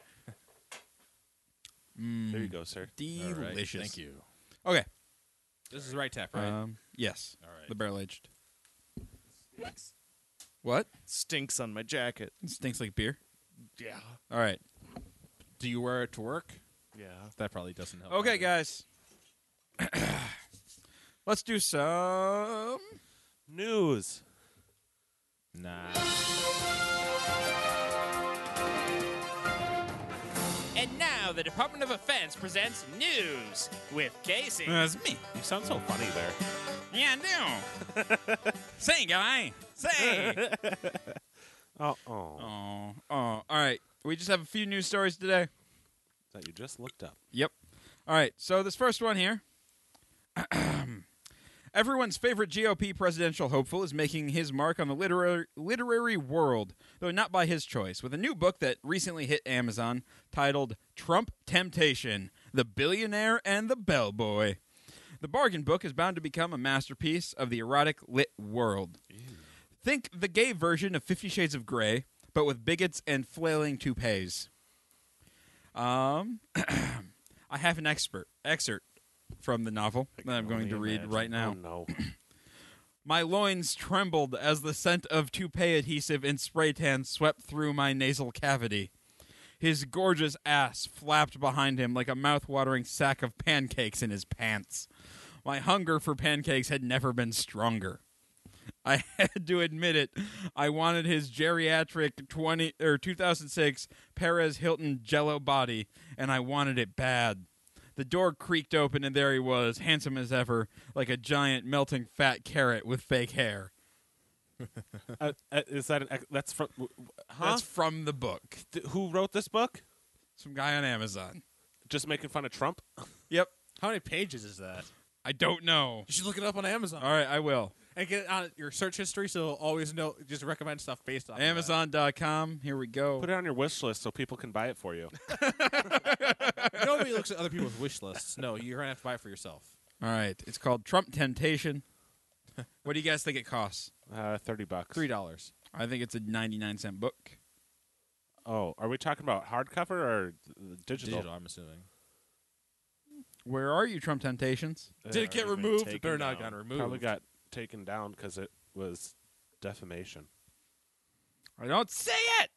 A: Mm,
D: There you go, sir.
A: Delicious.
B: Thank you.
A: Okay.
B: This is right tap, right?
A: Um, yes.
B: All right.
A: The barrel aged. What?
C: Stinks on my jacket.
A: It stinks like beer.
C: Yeah.
A: All right.
B: do you wear it to work?
C: Yeah.
B: That probably doesn't help.
A: Okay,
B: either.
A: guys. [clears throat] Let's do some.
D: News.
B: Nah.
F: And now the Department of Defense presents news with Casey.
A: That's me.
D: You sound so funny there.
A: Yeah, I do. [laughs] Sing, guy.
F: [laughs]
A: Sing.
D: Oh, oh.
A: Oh, oh. All right. We just have a few news stories today.
D: That you just looked up.
A: Yep. All right. So this first one here. Everyone's favorite GOP presidential hopeful is making his mark on the literary, literary world, though not by his choice, with a new book that recently hit Amazon titled Trump Temptation The Billionaire and the Bellboy. The bargain book is bound to become a masterpiece of the erotic lit world. Think the gay version of Fifty Shades of Grey, but with bigots and flailing toupees. Um, [clears throat] I have an expert excerpt from the novel that I'm going to read right now.
D: Oh, no.
A: My loins trembled as the scent of toupee adhesive and spray tan swept through my nasal cavity. His gorgeous ass flapped behind him like a mouth-watering sack of pancakes in his pants. My hunger for pancakes had never been stronger. [laughs] I had to admit it. I wanted his geriatric 20 or 2006 Perez Hilton Jello body and I wanted it bad. The door creaked open and there he was, handsome as ever, like a giant melting fat carrot with fake hair.
D: Uh, uh, is that an, ex- that's from w- w- huh?
A: That's from the book.
D: Th- who wrote this book?
A: Some guy on Amazon.
D: Just making fun of Trump.
A: Yep.
B: How many pages is that?
A: I don't know.
B: You should look it up on Amazon
A: All right, I will.
B: and get it on your search history, so it'll always know. Just recommend stuff based on
A: Amazon.com. Here we go.
D: Put it on your wish list so people can buy it for you.
B: Nobody looks at other people's wish lists. No, you're gonna have to buy it for yourself.
A: All right. It's called Trump Temptation. what do you guys think it costs?
D: Uh, Thirty bucks.
B: Three dollars.
A: I think it's a 99 cent book.
D: Oh, are we talking about hardcover or th- digital?
B: I'm assuming.
A: Where are you, Trump Temptations?
D: Uh,
B: Did it get
C: already been
B: removed?
C: taken
B: They're not
C: down.
B: gonna remove.
D: Probably got taken down because it was defamation.
A: I don't see it.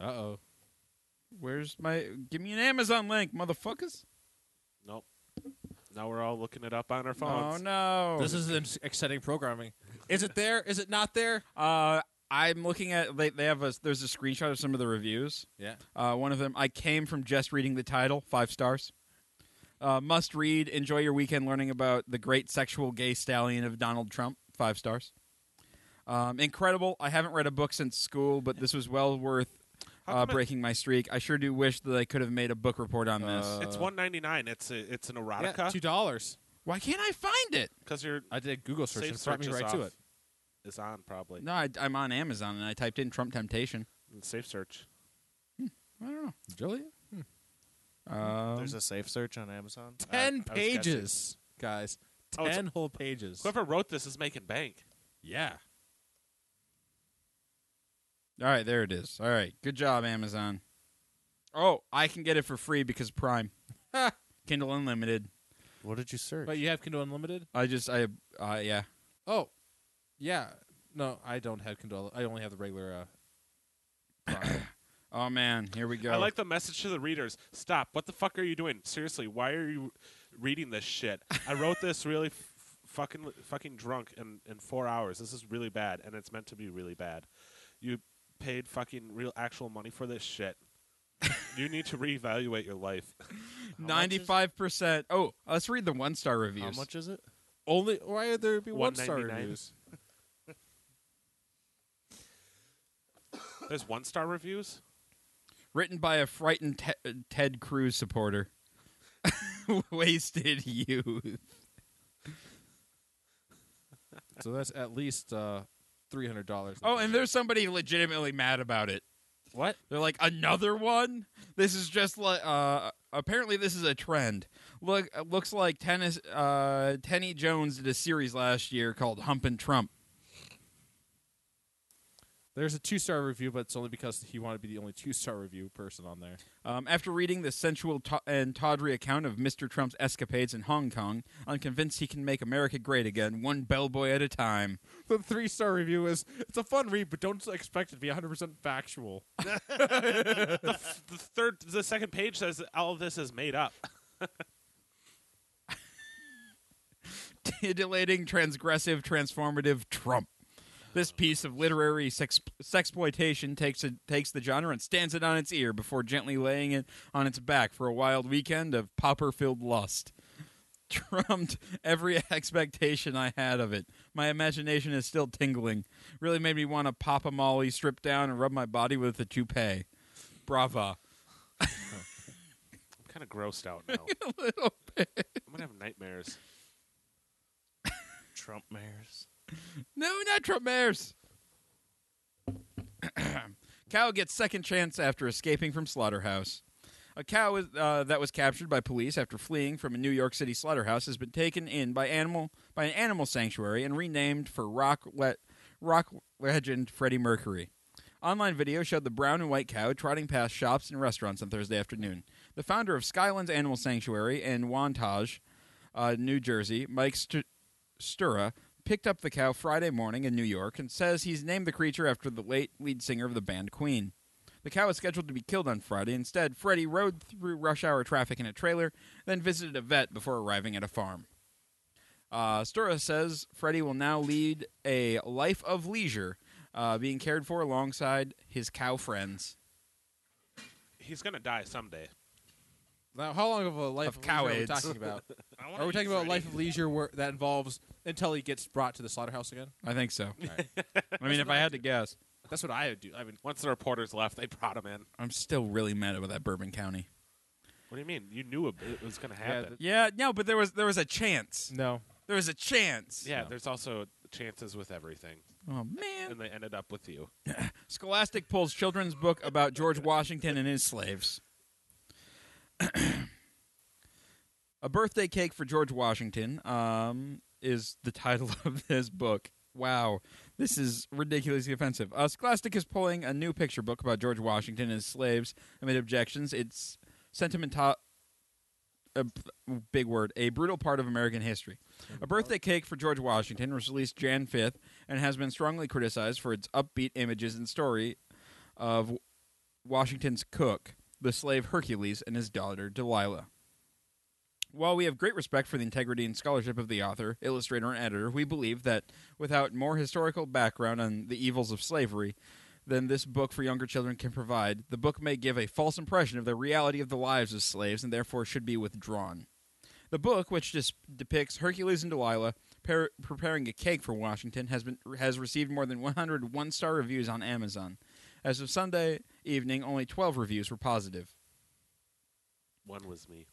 B: Uh oh.
A: Where's my? Give me an Amazon link, motherfuckers.
D: Nope. Now we're all looking it up on our phones.
A: Oh no.
B: This is ex- exciting programming. Is it there? Is it not there?
A: Uh, I'm looking at. They, they have a. There's a screenshot of some of the reviews.
B: Yeah.
A: Uh, one of them, I came from just reading the title, five stars. Uh, must read. Enjoy your weekend learning about the great sexual gay stallion of Donald Trump, five stars. Um, incredible. I haven't read a book since school, but this was well worth
D: How
A: uh,
D: come it-
A: breaking my streak. I sure do wish that I could have made a book report on this.
B: Uh,
D: It's one ninety nine. It's a, it's an
B: Yeah, two
D: erotica
B: dollars.
A: Why can't I find it?
D: because your
B: I did a Google search
D: safe
B: and brought me
D: search is
B: right to
D: off.
B: it.
D: Is on probably
A: No, I, I'm on Amazon and I typed in Trump Temptation.
D: safe search.
A: I don't know.
B: Really?
A: Um,
C: There's a safe search on Amazon.
B: Ten
D: I was guessing.
B: pages, guys.
D: Oh, it's-
B: Ten whole pages.
D: Whoever wrote this is making bank.
B: Yeah.
A: All right, there it is. All right, good job, Amazon. Oh, I can get it for free because Prime, [laughs]
B: Ha!
A: Kindle Unlimited.
C: What did you search?
B: But you have Kindle Unlimited?
A: I just, I, uh, yeah.
B: Oh, yeah. No, I don't have Kindle. I only have the regular. Uh, Prime.
A: Oh man, here we go.
D: I like the message to the readers. Stop. What the fuck are you doing? Seriously, why are you reading this shit? I wrote this really f- fucking fucking drunk in, in four hours. This is really bad, and it's meant to be really bad. You paid fucking real actual money for this shit. you need to reevaluate your life.
A: ninety-five percent. Oh, let's read the one-star
C: How
A: reviews.
C: much is it?
B: only why would there be one star
D: 199?
B: reviews?
D: There's one star reviews.
A: Written by a frightened Te- uh, Ted Cruz supporter. [laughs] Wasted youth.
B: So that's at least uh, three hundred dollars.
A: Oh, and there's somebody legitimately mad about it.
B: what?
A: They're like another one. This is just like uh, apparently this is a trend. Look, it looks like tennis. Uh, Tenny Jones did a series last year called Hump and Trump.
B: There's a two star review, but it's only because he wanted to be the only two star review person on there.
A: Um, after reading the sensual to- and tawdry account of Mr. Trump's escapades in Hong Kong, I'm convinced he can make America great again, one bellboy at a time.
B: [laughs] The three star review is it's a fun read, but don't expect it to be hundred percent factual.
D: The third, the second page says all of this is made up.
A: titillating, transgressive, transformative Trump. This piece of literary sex sexploitation takes a, takes the genre and stands it on its ear before gently laying it on its back for a wild weekend of pauper-filled lust. Trumped every [laughs] expectation I had of it. My imagination is still tingling. Really made me want to pop a molly, strip down, and rub my body with a toupee. Brava. [laughs]
D: I'm kind of grossed out
B: [laughs]
D: now.
A: a little bit.
D: I'm gonna have nightmares.
C: Trump mayors.
A: No, not Trump mayors. [clears throat] cow gets second chance after escaping from slaughterhouse. A cow is- uh, that was captured by police after fleeing from a New York City slaughterhouse has been taken in by animal by an animal sanctuary and renamed for rock le- rock legend Freddie Mercury. Online video showed the brown and white cow trotting past shops and restaurants on Thursday afternoon. The founder of Skylands Animal Sanctuary in Wantage, uh, New Jersey, Mike St- Stura picked up the cow Friday morning in New York and says he's named the creature after the late lead singer of the band Queen. The cow was scheduled to be killed on Friday. Instead, Freddie rode through rush hour traffic in a trailer, then visited a vet before arriving at a farm. Uh, Stura says Freddie will now lead a life of leisure, uh, being cared for alongside his cow friends.
D: He's gonna die someday.
B: Now, how long of a life
A: Of
B: of,
A: cow
B: leisure
A: aids.
B: are we talking about? are we talking about life of leisure where that involves until he gets brought to the slaughterhouse again?
A: I think so. [laughs] I mean, if I had to guess,
B: That's what I would do. I mean,
D: Once the reporters left, they brought him in.
A: I'm still really mad about that Bourbon County.
D: What do you mean? You knew it it was gonna happen.
A: Yeah, no, but there was there was a chance.
B: no.
A: There was a chance.
D: Yeah, there's also chances with everything,
A: Oh man.
D: and they ended up with you.
A: Scholastic pulls children's book about George Washington and his slaves. [clears throat] A birthday cake for George Washington um, is the title [laughs] of this book. Wow, this is ridiculously offensive. Uh, Scholastic is pulling a new picture book about George Washington and his slaves amid objections. It's sentimental. A b- big word, a brutal part of American history. A birthday cake for George Washington was released Jan 5th and has been strongly criticized for its upbeat images and story of W- Washington's cook, the slave Hercules, and his daughter Delilah. While we have great respect for the integrity and scholarship of the author, illustrator, and editor, we believe that without more historical background on the evils of slavery than this book for younger children can provide, the book may give a false impression of the reality of the lives of slaves and therefore should be withdrawn. The book, which dis- depicts Hercules and Delilah par- preparing a cake for Washington, has been has received more than 100 one-star reviews on Amazon. As of Sunday evening, only 12 reviews were positive.
D: One was me.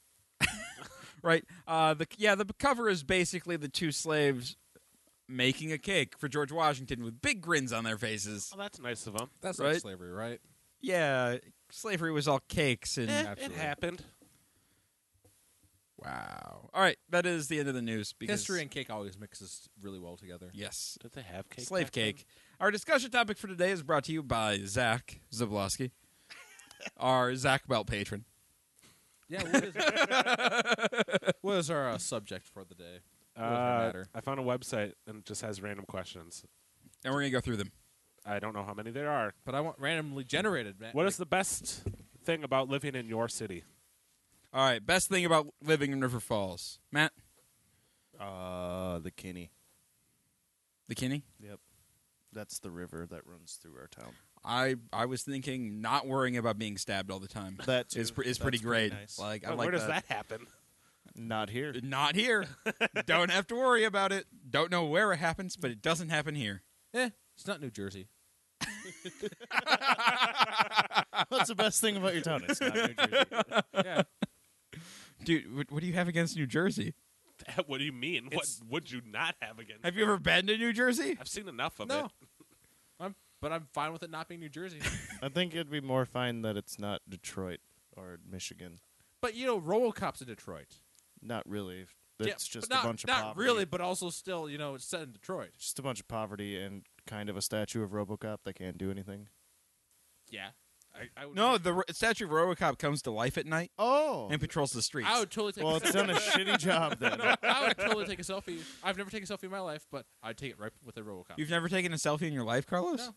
A: Right? Uh, the yeah, the cover is basically the two slaves making a cake for George Washington with big grins on their faces.
D: Oh, that's nice of him.
B: That's
A: Right?
B: not slavery, right? Eh.
A: Yeah, slavery was all cakes and
D: Eh, it
B: Absolutely.
D: happened.
A: wow. All right, that is the end of the news. Because,
B: History and cake always mixes really well together.
A: yes,
D: Did they have cake?
A: Slave
D: back then?
A: cake. Our discussion topic for today is brought to you by Zach [laughs] Zablowski, our Zach Belt patron.
B: [laughs] Yeah. What is, what is our uh, subject for the day? What does it
D: Uh,
B: matter?
D: I found a website and it just has random questions.
A: And we're going to go through them.
D: I don't know how many there are.
B: But I want randomly generated. Man.
D: What is the best thing about living in your city?
A: All right, best thing about living in River Falls. Matt,
C: Uh, the Kinney.
A: the Kinney?
C: Yep. That's the river that runs through our town.
A: I, I was thinking not worrying about being stabbed all the time.
C: That
A: is,
C: too.
A: pre- is
C: That's
A: pretty great.
C: nice.
A: Like I
D: Well,
A: like
D: where does that happen? [laughs]
C: Not [laughs] here.
A: Not [laughs] here. Don't have to worry about it. Don't know where it happens, but it doesn't happen here.
B: Eh, it's not New [laughs] Jersey.
C: That's the best thing about your town. It's not New
B: [laughs]
C: Jersey.
B: yeah.
A: Dude, what, what do you have against New Jersey?
D: what do you mean?
B: It's-
D: what would you not have against?
A: Have you ever been to New Jersey?
D: I've seen enough of
B: No. [laughs]
D: it.
B: I'm, but I'm fine with it not being New Jersey.
C: I think it'd be more fine that it's not Detroit or Michigan.
B: but you know, RoboCop's in Detroit.
C: Not really. It's
B: Yeah, but
C: just
B: not,
C: a bunch of
B: not
C: poverty.
B: really, but also still, you know, it's set in Detroit.
C: Just a bunch of poverty and kind of a statue of RoboCop that can't do anything.
B: Yeah. I, I would
A: No, the r- statue of Robocop comes to life at night
C: Oh.
A: and patrols the streets.
B: I would totally take.
C: Well,
B: a
C: it's
B: selfie. [laughs]
C: done a shitty job then.
B: I would totally take a selfie. I've never taken a selfie in my life, but I'd take it right with a RoboCop.
A: You've never taken a selfie in your life, Carlos?
B: No.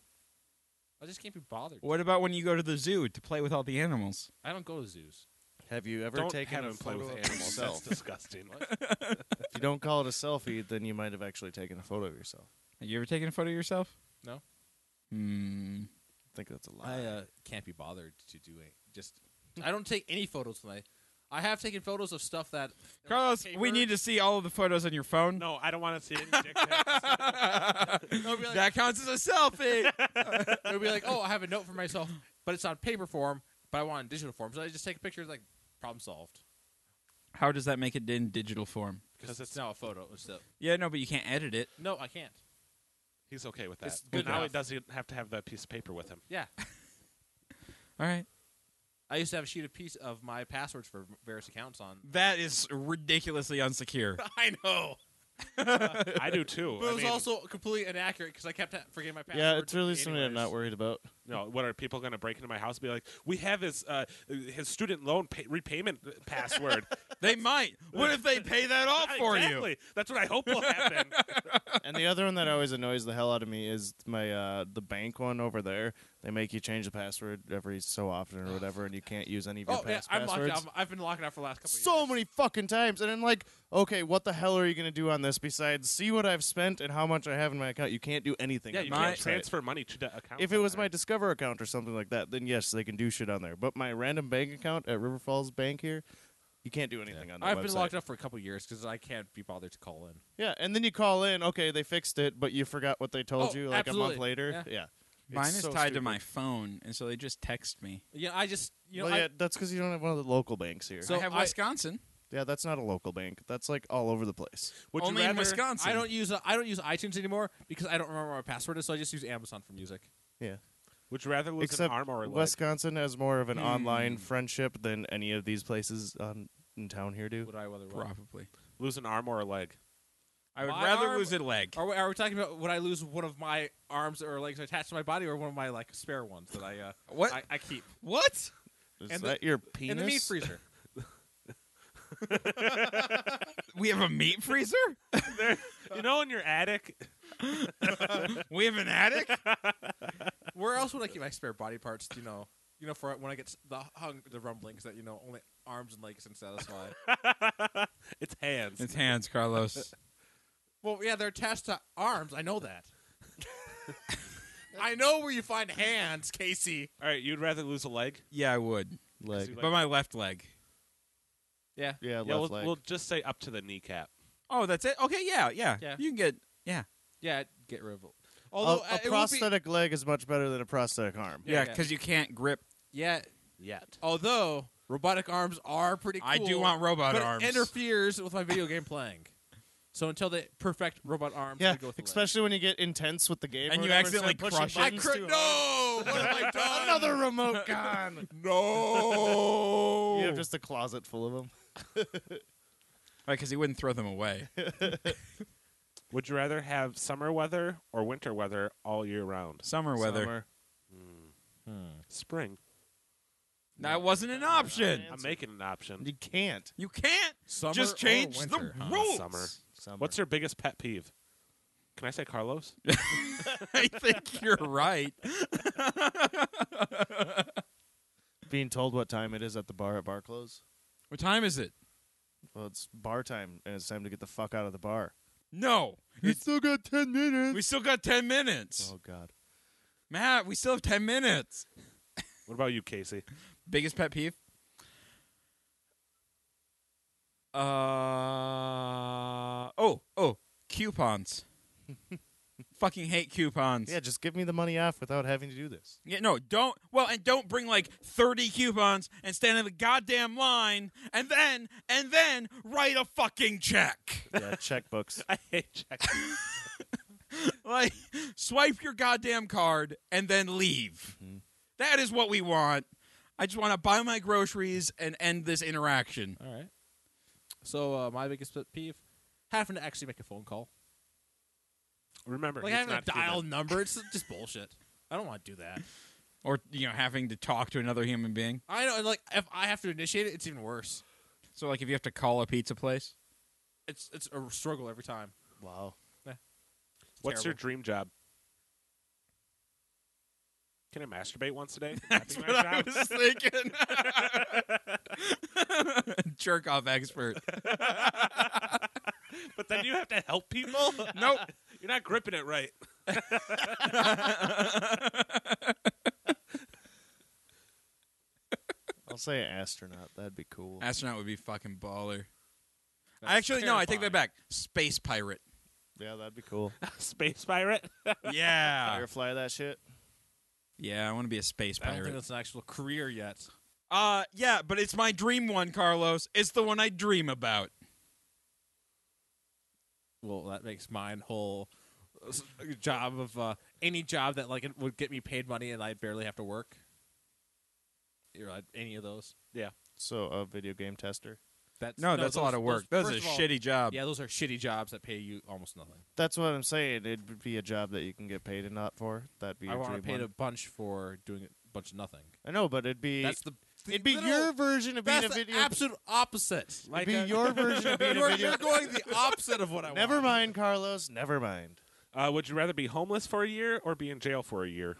B: I just can't be bothered.
A: What about when you go to the zoo to play with all the animals?
B: I don't go to zoos.
C: Have you ever
D: Don't
C: taken
D: have
C: a
D: him play
C: photo
D: with
C: of
D: animals. That's
C: yourself?
D: disgusting.
C: if you don't call it a selfie, then you might have actually taken a photo of yourself.
A: Have you ever taken a photo of yourself?
B: No.
A: Hmm.
C: I think that's a lie.
B: I uh, can't be bothered to do it. Just I don't take any photos when I. I have taken photos of stuff that
A: Carlos, we
B: Paper.
A: need to see all of the photos on your phone.
D: no, I don't want to see any dick pics.
B: They'll be, like,
A: That counts as a selfie.
B: they'll be like, "Oh, I have a note for myself, but it's on paper form, but I want it in digital form." So I just take a picture, like problem solved.
A: How does that make it in digital form?
B: Because it's now a photo. So
A: Yeah, no, but you can't edit it.
B: no, I can't.
D: He's okay with that.
B: It's good
D: now he
B: enough.
D: doesn't have to have that piece of paper with him.
B: Yeah,
A: All right.
B: I used to have a sheet of piece of my passwords for various accounts on.
A: That is ridiculously unsecure.
B: I know,
D: I do too.
B: [laughs] but
D: I
B: it was
D: mean,
B: also completely inaccurate because I kept ha- forgetting my password.
C: yeah, it's really something
B: anyways.
C: I'm not
B: [laughs]
C: worried about.
D: no. What are people going to break into my house? and Be like, we have his uh, his student loan pay- repayment password.
A: they might. What if they pay
D: [laughs]
A: that off for
D: exactly. That's what I hope will happen.
C: and the other one that always annoys the hell out of me is my uh, the bank one over there. They make you change the password every so often or whatever, and you can't use any of your
B: Oh yeah,
C: past
B: I'm locked
C: passwords.
B: out. I've been locked out for the last couple.
C: so
B: years.
C: many fucking times, and I'm like, okay, what the hell are you gonna do on this besides see what I've spent and how much I have in my account? You can't do anything.
D: yeah,
C: on
D: you
C: the
A: My-
D: can't
C: website.
D: transfer money to that account.
C: If it was my
D: sometimes.
C: Discover account or something like that, then yes, they can do shit on there. But my random bank account at River Falls Bank here, you can't do anything on that.
B: I've
C: website.
B: been locked up for a couple years because I can't be bothered to call in.
C: Yeah, and then you call in. Okay, they fixed it, but you forgot what they told
B: Oh,
C: you like a month
B: absolutely.
C: later.
B: Yeah.
C: Yeah, It's
A: Mine is
C: so
A: tied to
C: stupid.
A: my phone, and so they just text me.
B: Yeah, I just you know
C: well,
B: I-
C: yeah, that's because you don't have one of the local banks here.
A: So I have
B: I-
A: Wisconsin.
C: yeah, that's not a local bank. That's like all over the place.
D: Would you
A: only in
D: rather-
A: Wisconsin.
B: I don't use uh, I don't use iTunes anymore because I don't remember my password is, so I just use Amazon for music.
C: Yeah,
D: Would you rather lose
C: except
D: an arm or a leg?
C: Wisconsin has more of an online friendship than any of these places on in town here do.
B: Would I rather?
A: probably.
D: Lose an arm or a leg?
A: I would
B: My
A: rather
B: arm-
A: lose a leg.
B: Are we, are we talking about would I lose one of my arms or legs attached to my body, or one of my like spare ones that I uh,
A: What?
B: I, I keep
A: What?
C: Is
B: and the-
C: that your
B: [laughs] in
C: penis?
B: the meat [laughs] freezer?
A: We have a meat freezer?
D: You know, in your attic. [laughs]
A: we have an attic?
B: Where else would I keep my spare body parts? You know, you know, for when I get s- the hung the rumblings that you know only arms and legs can [laughs] satisfy.
D: It's hands.
A: it's [laughs] hands, Carlos.
B: well, yeah, they're attached to arms. I know [laughs] that. I know where you find hands, Casey.
D: All right, you'd rather lose a leg?
A: yeah, I would.
C: Leg.
D: Like-
A: but my left leg.
B: Yeah,
C: Yeah, left
D: yeah, we'll,
C: leg.
D: we'll just say up to the kneecap.
A: Oh, that's it? Okay, yeah, yeah.
B: Yeah.
A: You can get, yeah.
B: yeah, I'd get rid of it.
C: A-
B: Although uh,
C: a,
B: it would be-
C: prosthetic leg is much better than a prosthetic arm.
A: Yeah,
B: yeah.
A: because you can't grip.
B: Yeah.
D: Yet.
B: Although robotic arms are pretty cool.
A: I do want robot
B: but
A: arms.
B: It interferes with my video game playing. So until they perfect robot arms,
C: Yeah,
B: I go with the leg.
C: especially when you get intense with the game
A: And
C: or
A: you
C: whatever,
A: accidentally
C: start
A: crush
C: pushing
A: it.
C: buttons
B: I cr-
C: too
A: [laughs]
B: no. What have I
C: hard.
B: done?
C: Another remote gun.
A: no!
C: You have just a closet full of them.
A: because he wouldn't throw them [laughs] away.
D: Would you rather have summer weather or winter weather all year round?
A: Summer weather.
C: Summer.
D: Spring.
A: That wasn't an option.
D: I'm making an option. Uh,
C: You can't.
A: You can't
B: Summer
A: just
B: or
A: change the
B: winter, huh?
A: rules.
D: Summer.
C: Summer.
D: What's your biggest pet peeve? Can I say Carlos?
A: [laughs] I think you're right.
C: being told what time it is at the bar at bar close?
A: What time is it?
C: Well, it's bar time, and it's time to get the fuck out of the bar.
A: No. It's-
C: still got ten minutes.
A: we still got 10 minutes.
C: Oh God.
A: Matt, we still have 10 minutes.
D: What about you, Casey?
A: Biggest pet peeve? Uh oh, oh, coupons. Fucking hate coupons.
C: Yeah, just give me the money off without having to do this.
A: Yeah, no, don't. Well, and don't bring like 30 coupons and stand in the goddamn line and then, and then write a fucking check.
C: Yeah, checkbooks.
D: I hate check.
A: like, swipe your goddamn card and then leave. That is what we want. I just want to buy my groceries and end this interaction.
B: All right. So uh, my biggest pet peeve: having to actually make a phone call,
D: Remember,
B: like
D: he's
B: having
D: not
B: to dial
D: human.
B: number. It's just bullshit. I don't want to do that.
A: Or, you know, having to talk to another human being.
B: I know. Like if I have to initiate it, it's even worse.
A: So, like, if you have to call a pizza place,
B: It's it's a struggle every time.
C: wow.
D: What's your
B: Terrible.
D: dream job? Can I masturbate once a day?
A: [laughs]
D: [laughs]
A: that's
D: That'd be
A: what
D: my
A: I
D: job.
A: was thinking. [laughs] jerk off expert.
D: But then you have to help people.
A: Nope.
D: [laughs] You're not gripping it right.
C: [laughs] [laughs] I'll say astronaut. That'd be cool.
B: Uh,
A: Astronaut would be fucking baller.
B: That's
A: Actually, no, I take
B: terrifying.
A: that back. Space pirate.
C: yeah, that'd be
B: [laughs]
C: cool.
B: Ah.
D: Space pirate.
A: Yeah.
C: Firefly that shit.
A: [laughs] Yeah, I want to be a space
B: I don't think
A: pirate.
B: that's an actual career yet.
A: Uh, yeah, but it's my dream one, Carlos. It's the one I dream about.
B: Well, that makes mine whole uh, s- job of uh, any job that like it would get me paid money and I barely have to work. You're like any of those.
C: So a video game tester.
B: That's
A: No, that's a
B: those-
A: lot of
B: those-
A: work. That's a
B: first of all-
A: shitty job.
B: Yeah, those are shitty jobs that pay you almost nothing.
C: That's what I'm saying. It'd be a job that you can get paid and not for. That'd be
B: I
C: your
B: want to
C: dream
B: pay
C: one.
B: a bunch for doing a bunch of nothing.
C: I know, but it'd be
B: That's the
C: it'd be
B: literal-
C: your version of being
B: that's
C: a
B: the
C: video.
B: absolute opposite.
C: it'd be
B: [laughs]
C: your version of being a
B: you're,
C: video.
B: you're going the opposite of what I
C: [laughs] Never
B: want.
C: mind, Carlos. Never mind.
D: [laughs] Uh, would you rather be homeless for a year or be in jail for a year?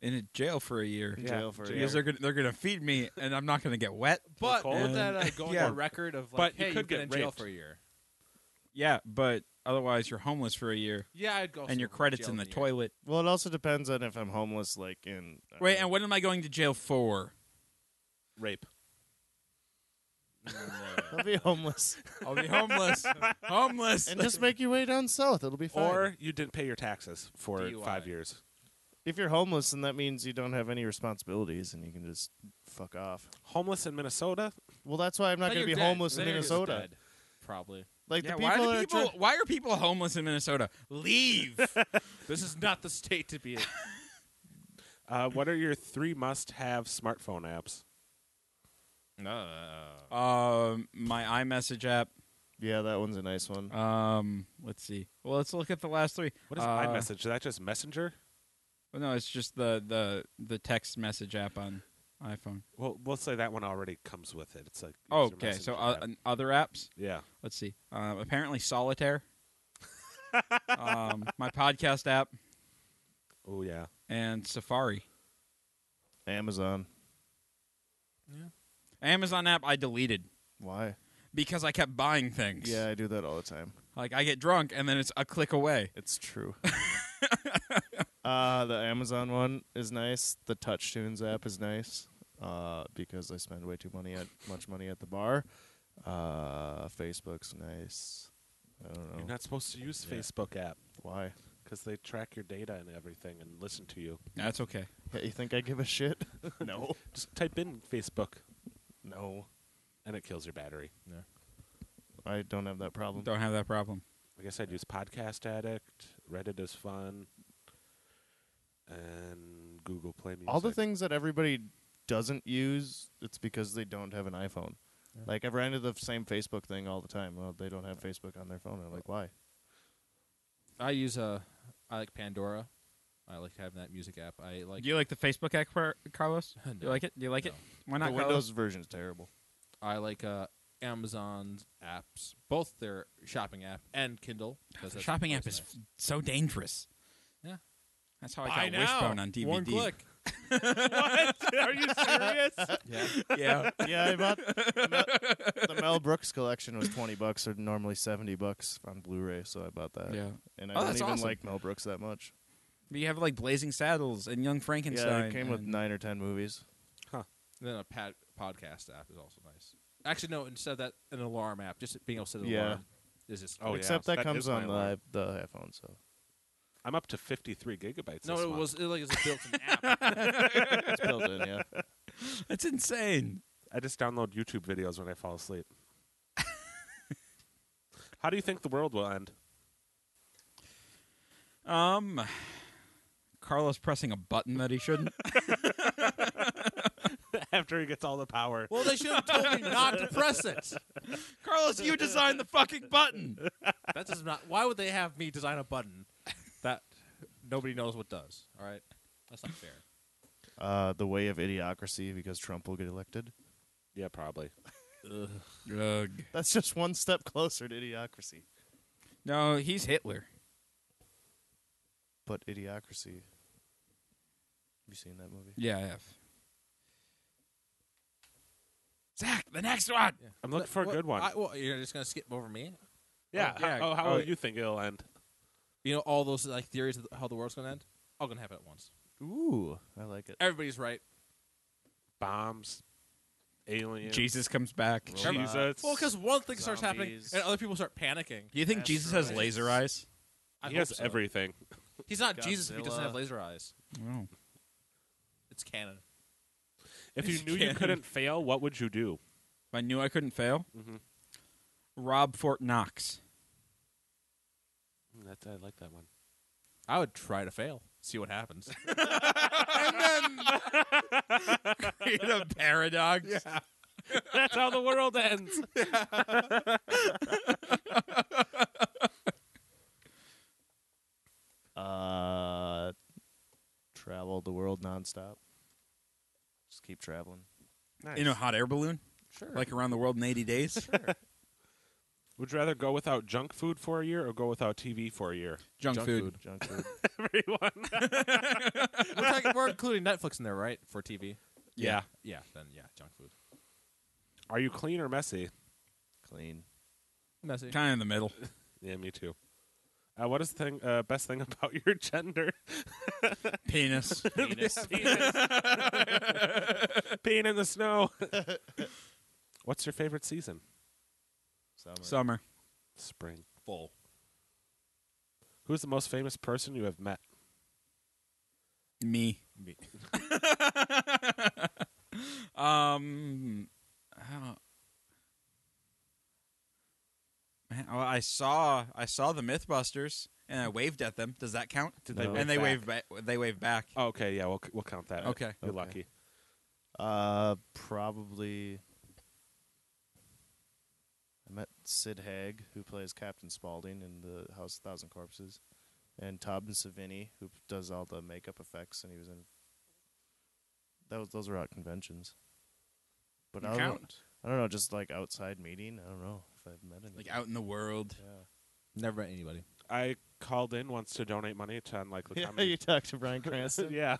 A: In a jail for a year.
C: In
D: Yeah,
C: jail for a
D: jail.
C: year.
A: Because they're gonna, they're gonna feed me and I'm not gonna get wet.
B: But
D: Or cold.
B: with that uh,
A: And-
B: going
A: yeah.
B: on record of like,
D: But you
B: hey,
D: could
B: you've been
D: get
B: in jail
D: raped.
B: for a year.
A: Yeah, but otherwise you're homeless for a year
B: Yeah, I'd go.
A: and your credits in the toilet.
C: Well, it also depends on if I'm homeless. Like in I
A: Wait,
C: don't
A: and what am I going to jail for?
D: Rape.
B: [laughs]
C: know. I'll be homeless
A: I'll be [laughs] homeless. homeless.
C: and just make your way down south. It'll be fine.
D: Or you didn't pay your taxes for
B: DUI.
D: five years.
C: if you're homeless, then that means you don't have any responsibilities and you can just fuck off.
D: Homeless in Minnesota?
C: Well, that's why I'm not going to be homeless in Minnesota.
B: Probably.
C: Like
A: Yeah,
C: the
A: why,
C: people,
A: do
C: that are
A: people
C: try-
A: why are people homeless in Minnesota? Leave.
B: This is not the state to be in.
D: Uh, what are your three must-have smartphone apps?
B: [laughs] no, no,
A: um, my iMessage app.
C: yeah, that one's a nice one.
A: Um, let's see. Well, let's look at the last three.
D: What is
A: Uh,
D: iMessage? Is that just Messenger?
A: Well, no, it's just the the the text message app on iPhone.
D: Well, we'll say that one already comes with it. It's like
A: Oh,
D: user
A: okay, so
D: messenger
A: uh,
D: app.
A: and other apps.
D: yeah,
A: Let's see. Um, apparently, Solitaire. um, my podcast app
D: oh yeah,
A: and Safari.
C: Amazon.
A: Amazon app I deleted
C: Why?
A: because I kept buying things.
C: Yeah, I do that all the time.
A: Like I get drunk and then it's a click away.
C: It's true.
A: [laughs]
C: [laughs] uh, the Amazon one is nice. The TouchTunes app is nice uh, because I spend way too money at much money at the bar. Uh, Facebook's nice. I don't know
D: you're not supposed to use
C: Oh. Yeah.
D: Facebook app
C: why.
D: because they track your data and everything and listen to you.
A: That's okay.
C: Yeah, you think I give a shit? no,
D: Just type in Facebook
C: no,
D: and it kills your battery.
C: [laughs] I don't have that problem.
A: Don't have that problem.
D: I guess I'd use Podcast Addict, Reddit is fun, and Google Play Music.
C: All the things that everybody doesn't use, it's because they don't have an iPhone. Like I've ran into the same Facebook thing all the time. Well, they don't have Facebook on their phone. I'm like, why?
B: I use uh, I like Pandora. I like having that music app. I like.
A: Do you like the Facebook app, Car- Carlos?
B: No.
A: Do you like it? Do you like it?
B: No.
A: Why
C: the
A: not? Carlos?
C: Windows version's terrible.
B: I like uh, Amazon's apps, both their shopping app and Kindle. 'cause
A: The
B: that's
A: shopping app
B: always
A: is
B: nice.
A: f- so dangerous.
B: Yeah.
A: That's how I
B: Buy
A: got
B: now.
A: Wishbone on DVD.
B: One click.
D: Are you serious?
B: Yeah.
A: [laughs] Yeah.
C: yeah, I bought the Mel, the Mel Brooks collection was twenty bucks or normally seventy bucks on Blu-ray, so I bought that.
A: yeah.
C: and I
A: Oh,
C: don't
A: that's
C: even
A: awesome.
C: like Mel Brooks that much.
A: But you have like Blazing Saddles and Young Frankenstein.
C: yeah, it came with
A: and-
C: nine or ten movies.
B: And then a pad- podcast app is also nice. Actually, no. Instead of that, an alarm app. Just being able to set an
C: Yeah.
B: alarm is just.
D: Oh, yeah.
C: Except that,
D: that
C: comes
D: is my
C: on the,
D: alarm.
C: the iPhone. So
D: I'm up to 53 gigabytes.
B: No,
D: this
B: it
D: month.
B: was it, like it's a [laughs] built-in app.
C: it's built in. Yeah,
A: That's insane.
D: I just download YouTube videos when I fall asleep. [laughs] How do you think the world will end?
A: Um, Carlos pressing a button that he shouldn't.
D: [laughs] After he gets all the power.
B: Well, they should have told me not to press it.
A: [laughs] Carlos, you designed the fucking button.
B: That does not. Why would they have me design a button that nobody knows what does? All right, that's not fair.
C: [laughs] uh, the way of idiocracy because Trump will get elected.
D: Yeah, probably.
A: Ugh.
C: That's just one step closer to idiocracy.
A: No, he's Hitler.
C: But idiocracy. Have you seen that movie?
A: Yeah, I have. Zach, the next one.
D: I'm looking for a
B: What-
D: good one.
B: I, well, you're just gonna skip over me.
D: yeah.
A: oh, yeah,
D: How, how
A: oh,
D: do you think it'll end?
B: You know all those like theories of how the world's gonna end. All gonna happen at once.
C: Ooh, I like it.
B: Everybody's right.
D: Bombs, aliens,
A: Jesus comes back.
C: Roll.
A: Do
D: Jesus.
B: Well, because one thing starts happening
C: Zombies.
B: and other people start panicking.
A: you think Jesus has
C: Asteroids.
A: laser eyes?
B: I
D: he
B: hope
D: has
B: so.
D: everything.
B: He's not Jesus if he doesn't
C: Godzilla.
B: have laser eyes.
A: No.
B: It's canon.
D: If [laughs] you
A: It's
D: knew you
A: canon.
D: couldn't fail, what would you do?
A: If I knew I couldn't fail,
D: Mhm.
A: Rob Fort [laughs] Knox.
D: Mm, That, I like that one.
B: I would try to fail. See what [laughs] happens.
A: Create a paradox.
D: [laughs] That's how the world ends.
C: Uh, travel the world nonstop. Just keep traveling.
D: Nice.
A: In a hot air balloon,
C: Sure.
A: like around the world in 80 days.
D: would you rather go without junk food for a year or go without TV for a year?
A: Junk, food.
C: junk food.
D: [laughs] Everyone.
B: we're, talking, we're including Netflix in there, right? For TV.
A: [laughs] Yeah.
B: Yeah. Then yeah, junk food.
D: Are you clean or messy?
C: Clean.
B: Messy.
A: Kind of in the middle.
D: Yeah, me too. Uh, what is the thing, uh, best thing [laughs] about your gender? [laughs]
A: Penis.
D: Being in the snow. [laughs] What's your favorite season?
C: Summer.
A: Summer.
D: Spring. Fall. Who's the most famous person you have met?
A: Me.
B: Me.
A: [laughs] um, I don't. Man, well, I saw I saw the MythBusters and I waved at them. Does that count?
C: Did they No. wave
A: and they
D: back?
A: wave back. They wave back.
D: Oh, okay, yeah, we'll, c- we'll count that.
A: Okay.
D: You're
C: Okay.
D: lucky.
C: Uh, probably. I met Sid Haig, who plays Captain Spaulding in the House of Thousand Corpses, and Tobin Savini, who does all the makeup effects, and he was in. That was, those were at conventions. But
A: You
C: I, don't,
A: count
C: I don't know, just like outside meeting. I don't know if I've met anyone.
A: like out in the world.
C: Yeah.
B: Never met anybody.
D: I called in once to donate money to
C: [laughs]
D: Unlikely
A: [laughs]
D: Comedy.
C: talked to Brian [laughs]
D: [laughs]
C: Cranston.
D: yeah.